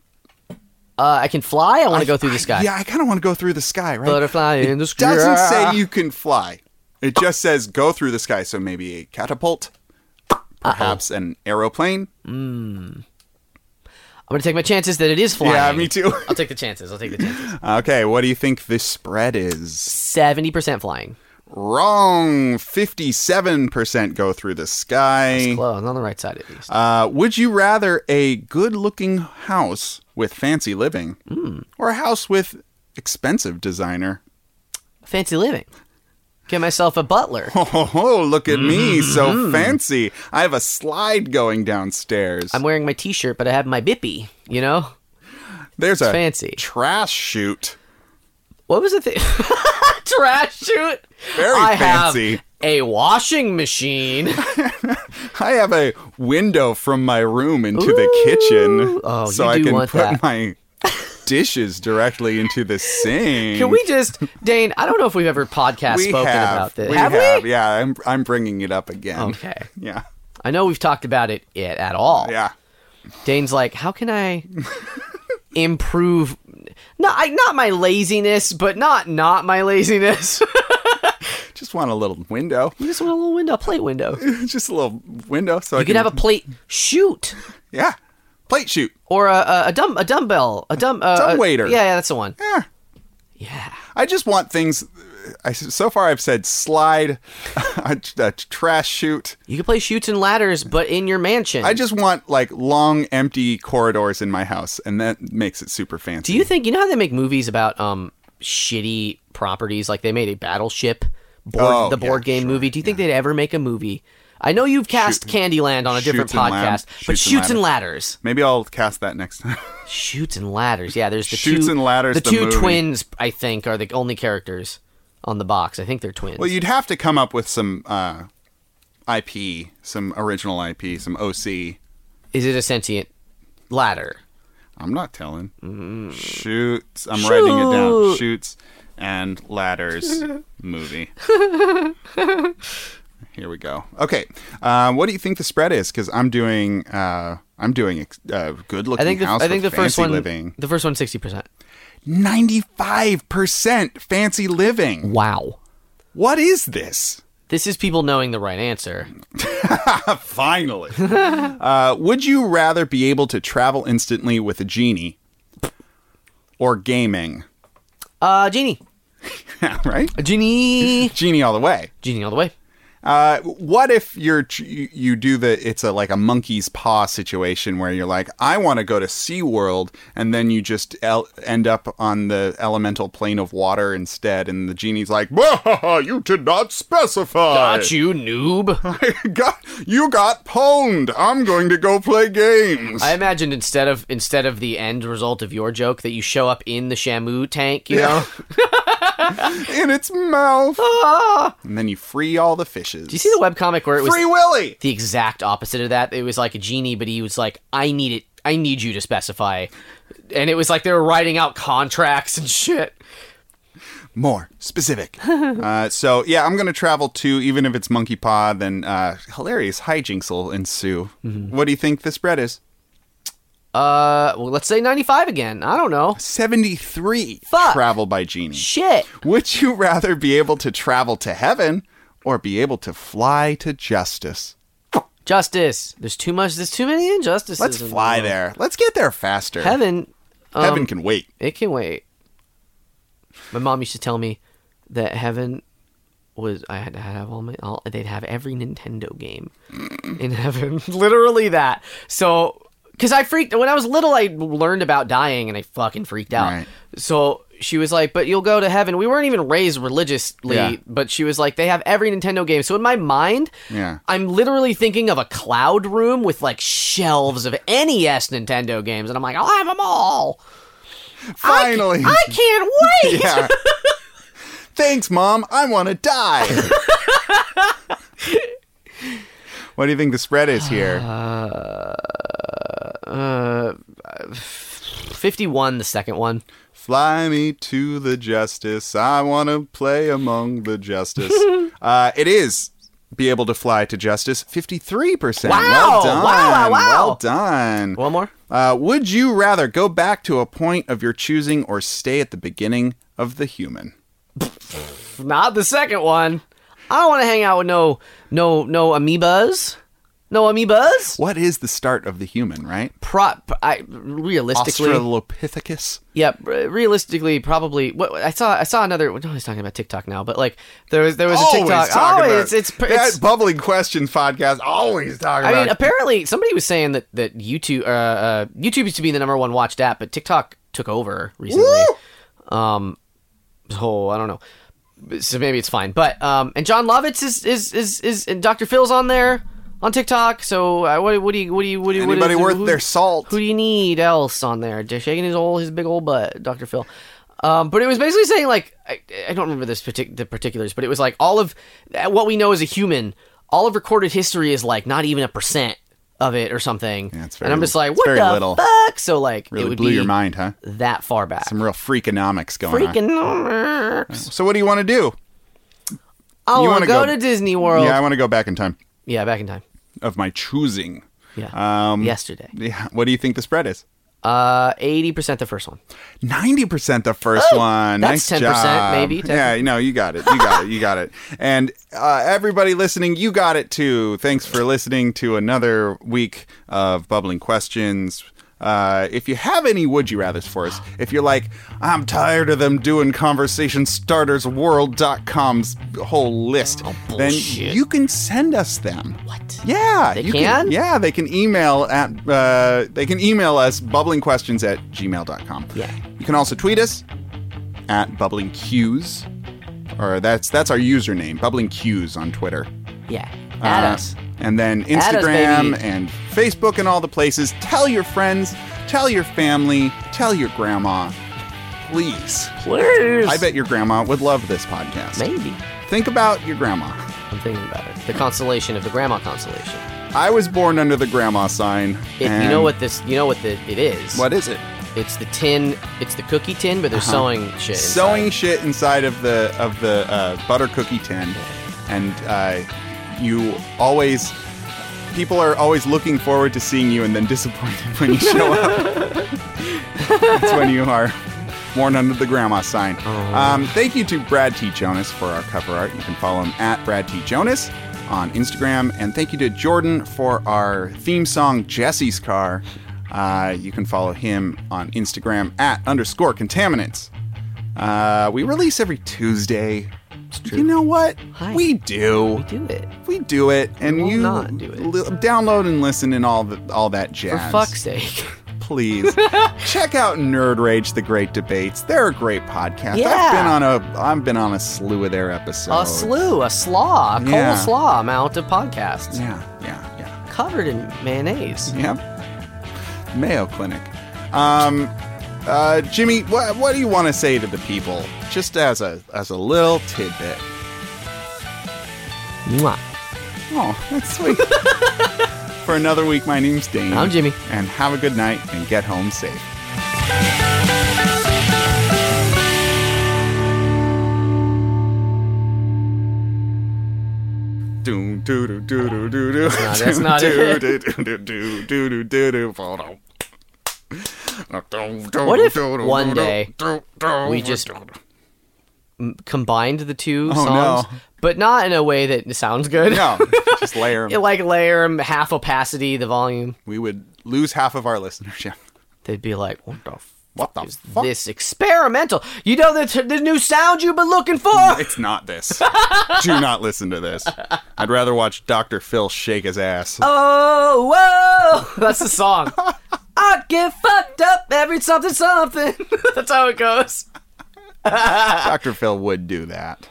[SPEAKER 2] uh, I can fly. I want to go through the sky.
[SPEAKER 1] Yeah, I kind of want to go through the sky, right?
[SPEAKER 2] Butterfly in the sky.
[SPEAKER 1] Doesn't say you can fly. It just says go through the sky. So maybe a catapult, perhaps an aeroplane.
[SPEAKER 2] I'm gonna take my chances that it is flying.
[SPEAKER 1] Yeah, me too.
[SPEAKER 2] I'll take the chances. I'll take the chances.
[SPEAKER 1] Okay, what do you think this spread is?
[SPEAKER 2] Seventy percent flying.
[SPEAKER 1] Wrong. 57% go through the sky.
[SPEAKER 2] Close. On the right side at least.
[SPEAKER 1] Uh, would you rather a good looking house with fancy living or a house with expensive designer?
[SPEAKER 2] Fancy living. Get myself a butler.
[SPEAKER 1] Oh, ho, ho, look at me, so fancy. I have a slide going downstairs.
[SPEAKER 2] I'm wearing my T-shirt, but I have my bippy. You know,
[SPEAKER 1] There's a
[SPEAKER 2] fancy.
[SPEAKER 1] trash chute.
[SPEAKER 2] What was the thing? Trash chute.
[SPEAKER 1] Very
[SPEAKER 2] I
[SPEAKER 1] fancy.
[SPEAKER 2] Have a washing machine.
[SPEAKER 1] I have a window from my room into the kitchen
[SPEAKER 2] Oh,
[SPEAKER 1] so
[SPEAKER 2] you
[SPEAKER 1] I
[SPEAKER 2] do
[SPEAKER 1] can
[SPEAKER 2] want
[SPEAKER 1] put
[SPEAKER 2] that.
[SPEAKER 1] my dishes directly into the sink.
[SPEAKER 2] Can we just, Dane? I don't know if we've ever podcast spoken about this.
[SPEAKER 1] We
[SPEAKER 2] have,
[SPEAKER 1] have.
[SPEAKER 2] we?
[SPEAKER 1] Yeah, I'm I'm bringing it up again.
[SPEAKER 2] Okay.
[SPEAKER 1] Yeah.
[SPEAKER 2] I know we've talked about it, it at all.
[SPEAKER 1] Yeah.
[SPEAKER 2] Dane's like, how can I improve? Not I, not my laziness, but not not my laziness.
[SPEAKER 1] Just want a little window.
[SPEAKER 2] you just want a little window, a plate window. You
[SPEAKER 1] Just a little window so I
[SPEAKER 2] can have a plate shoot
[SPEAKER 1] Yeah. Plate shoot.
[SPEAKER 2] or a a, a dumb a dumbbell a dumb uh,
[SPEAKER 1] Dumb
[SPEAKER 2] a-
[SPEAKER 1] waiter.
[SPEAKER 2] Yeah, yeah, that's the one.
[SPEAKER 1] Yeah.
[SPEAKER 2] Yeah,
[SPEAKER 1] I just want things I so far I've said slide a, a trash chute.
[SPEAKER 2] you can play shoots and ladders, but in your mansion.
[SPEAKER 1] I just want like long empty corridors in my house and that makes it super fancy.
[SPEAKER 2] Do you think you know how they make movies about um shitty properties? Like they made a battleship board,
[SPEAKER 1] Oh,
[SPEAKER 2] the board
[SPEAKER 1] yeah,
[SPEAKER 2] game movie. Do you think they'd ever make a movie? I know you've cast Candyland on a different
[SPEAKER 1] Shoots and Lad-
[SPEAKER 2] podcast, but
[SPEAKER 1] Shoots and
[SPEAKER 2] shoots and ladders,
[SPEAKER 1] Maybe I'll cast that next time.
[SPEAKER 2] shoots and ladders. Yeah, there's the
[SPEAKER 1] Shoots
[SPEAKER 2] two,
[SPEAKER 1] and Ladders,
[SPEAKER 2] The
[SPEAKER 1] the
[SPEAKER 2] two
[SPEAKER 1] movie.
[SPEAKER 2] twins, I think, are the only characters on the box. I think they're twins.
[SPEAKER 1] well, you'd have to come up with some uh, IP, some original IP, some OC.
[SPEAKER 2] Is it a sentient ladder?
[SPEAKER 1] I'm not telling. Shoots. I'm writing it down.
[SPEAKER 2] Mm-hmm. Shoot.
[SPEAKER 1] Shoots and ladders movie. Here we go. Okay. Uh, what do you think the spread is? Because I'm doing. Uh, I'm doing ex- uh, good
[SPEAKER 2] I
[SPEAKER 1] looking
[SPEAKER 2] think the,
[SPEAKER 1] house.
[SPEAKER 2] I think the
[SPEAKER 1] with
[SPEAKER 2] first
[SPEAKER 1] fancy
[SPEAKER 2] one,
[SPEAKER 1] living.
[SPEAKER 2] the first one, sixty percent.
[SPEAKER 1] Ninety five percent fancy living.
[SPEAKER 2] Wow,
[SPEAKER 1] What is this?
[SPEAKER 2] this is people knowing the right answer.
[SPEAKER 1] Finally. uh, would you rather be able to travel instantly with a genie or gaming?
[SPEAKER 2] Uh, Genie.
[SPEAKER 1] right?
[SPEAKER 2] Genie.
[SPEAKER 1] Genie all the way.
[SPEAKER 2] Genie all the way.
[SPEAKER 1] Uh, what if you're tr- you you do the it's a like a monkey's paw situation where you're like I want to go to SeaWorld and then you just el- end up on the elemental plane of water instead and the genie's like Wahaha, you did not specify
[SPEAKER 2] Got you, noob.
[SPEAKER 1] you. got you got pwned I'm going to go play games
[SPEAKER 2] I imagine instead of instead of the end result of your joke that you show up in the Shamu tank, you know.
[SPEAKER 1] in its mouth and then you free all the fishes
[SPEAKER 2] Ah. You see the webcomic where it was
[SPEAKER 1] free Willy
[SPEAKER 2] the exact opposite of that. It was like a genie, but he was like, "I need it. I need you to specify." And it was like they were writing out contracts and shit.
[SPEAKER 1] more specific. uh, so yeah, I'm gonna travel to even if it's monkey paw, then uh, hilarious hijinks will ensue.
[SPEAKER 2] Mm-hmm.
[SPEAKER 1] What do you think this bread is?
[SPEAKER 2] Uh, well, let's say ninety-five again. I don't know.
[SPEAKER 1] 73
[SPEAKER 2] Fuck.
[SPEAKER 1] travel by genie.
[SPEAKER 2] Shit.
[SPEAKER 1] Would you rather be able to travel to heaven or be able to fly to justice?
[SPEAKER 2] Justice. There's too much. There's too many injustices.
[SPEAKER 1] Let's
[SPEAKER 2] in the
[SPEAKER 1] fly
[SPEAKER 2] world.
[SPEAKER 1] there. Let's get there faster.
[SPEAKER 2] Heaven. um,
[SPEAKER 1] heaven can wait.
[SPEAKER 2] It can wait. My mom used to tell me that heaven was I had to have all my all they'd have every Nintendo game in heaven. Literally that. So cuz I freaked when I was little I learned about dying and I fucking freaked out.
[SPEAKER 1] Right.
[SPEAKER 2] So she was like, "But you'll go to heaven." We weren't even raised religiously,
[SPEAKER 1] Yeah.
[SPEAKER 2] but she was like, "They have every Nintendo game." So in my mind,
[SPEAKER 1] Yeah.
[SPEAKER 2] I'm literally thinking of a cloud room with like shelves of NES Nintendo games and I'm like, "I'll have them all."
[SPEAKER 1] Finally.
[SPEAKER 2] I can't wait.
[SPEAKER 1] Yeah. Thanks, Mom. I want to die. what do you think the spread is here?
[SPEAKER 2] 51, the second one.
[SPEAKER 1] Fly me to the justice. I want to play among the justice. uh, it is be able to fly to justice. 53%.
[SPEAKER 2] Wow!
[SPEAKER 1] Well done.
[SPEAKER 2] Wow, wow, wow.
[SPEAKER 1] Well done.
[SPEAKER 2] One more?
[SPEAKER 1] Uh, would you rather go back to a point of your choosing or stay at the beginning of the human?
[SPEAKER 2] Not the second one. I don't want to hang out with no, no, no amoebas. No amoebas?
[SPEAKER 1] What is the start of the human, right?
[SPEAKER 2] Prop, I realistically,
[SPEAKER 1] Australopithecus?
[SPEAKER 2] yeah, re- realistically, probably. What I saw, I saw another. No, he's talking about TikTok now, but like there was, there was a TikTok.
[SPEAKER 1] talking
[SPEAKER 2] oh,
[SPEAKER 1] about-
[SPEAKER 2] it's, it's,
[SPEAKER 1] that
[SPEAKER 2] it's
[SPEAKER 1] bubbling questions podcast. Always talking
[SPEAKER 2] I
[SPEAKER 1] about.
[SPEAKER 2] mean, apparently somebody was saying that that YouTube, uh, uh, YouTube used to be the number one watched app, but TikTok took over recently. Um, so I don't know. So maybe it's fine. But um, and John Lovitz is is is is and Dr. Phil's on there on TikTok. So uh, what what do you what do you what do you what
[SPEAKER 1] Anybody
[SPEAKER 2] is-
[SPEAKER 1] worth
[SPEAKER 2] who-
[SPEAKER 1] their salt?
[SPEAKER 2] Who do you need else on there? Just shaking his old his big old butt, Dr. Phil. Um, but it was basically saying like I, I don't remember this partic- the particulars, but it was like all of uh, what we know as a human, all of recorded history is like not even a percent of it or something.
[SPEAKER 1] Yeah, it's
[SPEAKER 2] and I'm
[SPEAKER 1] very-
[SPEAKER 2] just like,
[SPEAKER 1] it's
[SPEAKER 2] what
[SPEAKER 1] very
[SPEAKER 2] the
[SPEAKER 1] little.
[SPEAKER 2] fuck? So like it
[SPEAKER 1] really
[SPEAKER 2] would
[SPEAKER 1] blew
[SPEAKER 2] be
[SPEAKER 1] your mind, huh?
[SPEAKER 2] that far back.
[SPEAKER 1] Some real freakonomics going on.
[SPEAKER 2] Freaking numbers.
[SPEAKER 1] So what do you want to do?
[SPEAKER 2] I
[SPEAKER 1] You
[SPEAKER 2] want to
[SPEAKER 1] wanna
[SPEAKER 2] Oh,
[SPEAKER 1] go-
[SPEAKER 2] go to Disney World.
[SPEAKER 1] Yeah, I
[SPEAKER 2] Yeah,
[SPEAKER 1] want to go back in time
[SPEAKER 2] back in time.
[SPEAKER 1] of my choosing.
[SPEAKER 2] Yeah,
[SPEAKER 1] Um,
[SPEAKER 2] yesterday.
[SPEAKER 1] Yeah. What do you think the spread is?
[SPEAKER 2] Uh, eighty percent the first one.
[SPEAKER 1] Ninety percent the first
[SPEAKER 2] Oh,
[SPEAKER 1] one.
[SPEAKER 2] that's
[SPEAKER 1] nice
[SPEAKER 2] 10%,
[SPEAKER 1] job.
[SPEAKER 2] maybe,
[SPEAKER 1] Yeah, no, you got it. You got it. You got it. And uh, everybody listening, you got it too. Thanks for listening to another week of bubbling questions. Uh, if you have any would you rather's for us, if you're like, I'm tired of them doing conversation starters world.com's whole list, then
[SPEAKER 2] Oh, bullshit.
[SPEAKER 1] you can send us them.
[SPEAKER 2] What?
[SPEAKER 1] Yeah,
[SPEAKER 2] They
[SPEAKER 1] you
[SPEAKER 2] can?
[SPEAKER 1] Yeah, they can email at uh, they can email us bubblingquestions at gmail.com.
[SPEAKER 2] Yeah.
[SPEAKER 1] You can also tweet us at bubblingqs, or that's that's our username, bubblingqs on Twitter.
[SPEAKER 2] Yeah, at
[SPEAKER 1] Uh,
[SPEAKER 2] us.
[SPEAKER 1] And then
[SPEAKER 2] Add us,
[SPEAKER 1] Instagram
[SPEAKER 2] baby.
[SPEAKER 1] and Facebook and all the places. Tell your friends, tell your family, tell your grandma, please.
[SPEAKER 2] Please.
[SPEAKER 1] I bet your grandma would love this podcast.
[SPEAKER 2] Maybe.
[SPEAKER 1] Think about your grandma.
[SPEAKER 2] I'm thinking about it. The constellation of the grandma constellation.
[SPEAKER 1] I was born under the grandma sign.
[SPEAKER 2] It, you
[SPEAKER 1] and-
[SPEAKER 2] know what this? You know what the, it is?
[SPEAKER 1] What is it?
[SPEAKER 2] It's the tin. It's the cookie tin, but they're sewing shit. Inside.
[SPEAKER 1] Sewing shit inside of the of the uh, butter cookie tin, and uh, you always people are always looking forward to seeing you, and then disappointed when you show up. That's when you are worn under the grandma sign.
[SPEAKER 2] Oh.
[SPEAKER 1] Um, thank you to Brad T Jonas for our cover art. You can follow him at Brad T Jonas on Instagram, and thank you to Jordan for our theme song Jesse's Car. Uh, you can follow him on Instagram at underscore contaminants. Uh, we release every Tuesday. You know what?
[SPEAKER 2] Hi.
[SPEAKER 1] We do.
[SPEAKER 2] We do it.
[SPEAKER 1] We do it, and
[SPEAKER 2] will
[SPEAKER 1] you
[SPEAKER 2] not do it.
[SPEAKER 1] li- download and listen and all the, all that
[SPEAKER 2] For
[SPEAKER 1] jazz.
[SPEAKER 2] fuck's sake.
[SPEAKER 1] please check out Nerd Rage: The Great Debates. They're a great podcast.
[SPEAKER 2] Yeah.
[SPEAKER 1] I've been on a I've been on a slew of their episodes.
[SPEAKER 2] A slew, a slaw, a cold
[SPEAKER 1] Yeah.
[SPEAKER 2] slaw amount of podcasts
[SPEAKER 1] Yeah, yeah, yeah.
[SPEAKER 2] covered in mayonnaise.
[SPEAKER 1] Yep. Mayo Clinic. Um, uh, Jimmy, what what do you want to say to the people? Just as a as a little tidbit.
[SPEAKER 2] Mwah.
[SPEAKER 1] Oh, that's sweet. For another week, my name's Dane.
[SPEAKER 2] I'm Jimmy.
[SPEAKER 1] And have a good night and get home safe. Doom doo doo doo doo doo doo.
[SPEAKER 2] No, that's not it.
[SPEAKER 1] Doo doo doo doo doo doo doo doo. Photo.
[SPEAKER 2] What if one day we just- Combined the two
[SPEAKER 1] Oh,
[SPEAKER 2] songs,
[SPEAKER 1] no.
[SPEAKER 2] but not in a way that sounds good.
[SPEAKER 1] no just layer 'em.
[SPEAKER 2] It, like layer them half opacity, the volume.
[SPEAKER 1] We would lose half of our listenership.
[SPEAKER 2] They'd be like, what the f-
[SPEAKER 1] What the
[SPEAKER 2] is
[SPEAKER 1] fuck?
[SPEAKER 2] this experimental? You know the, t- the new sound you've been looking for?
[SPEAKER 1] It's not this. Do not listen to this. I'd rather watch Dr. Phil shake his ass.
[SPEAKER 2] Oh, whoa. That's the song. I get fucked up every something something. That's how it goes.
[SPEAKER 1] Dr. Phil would do that.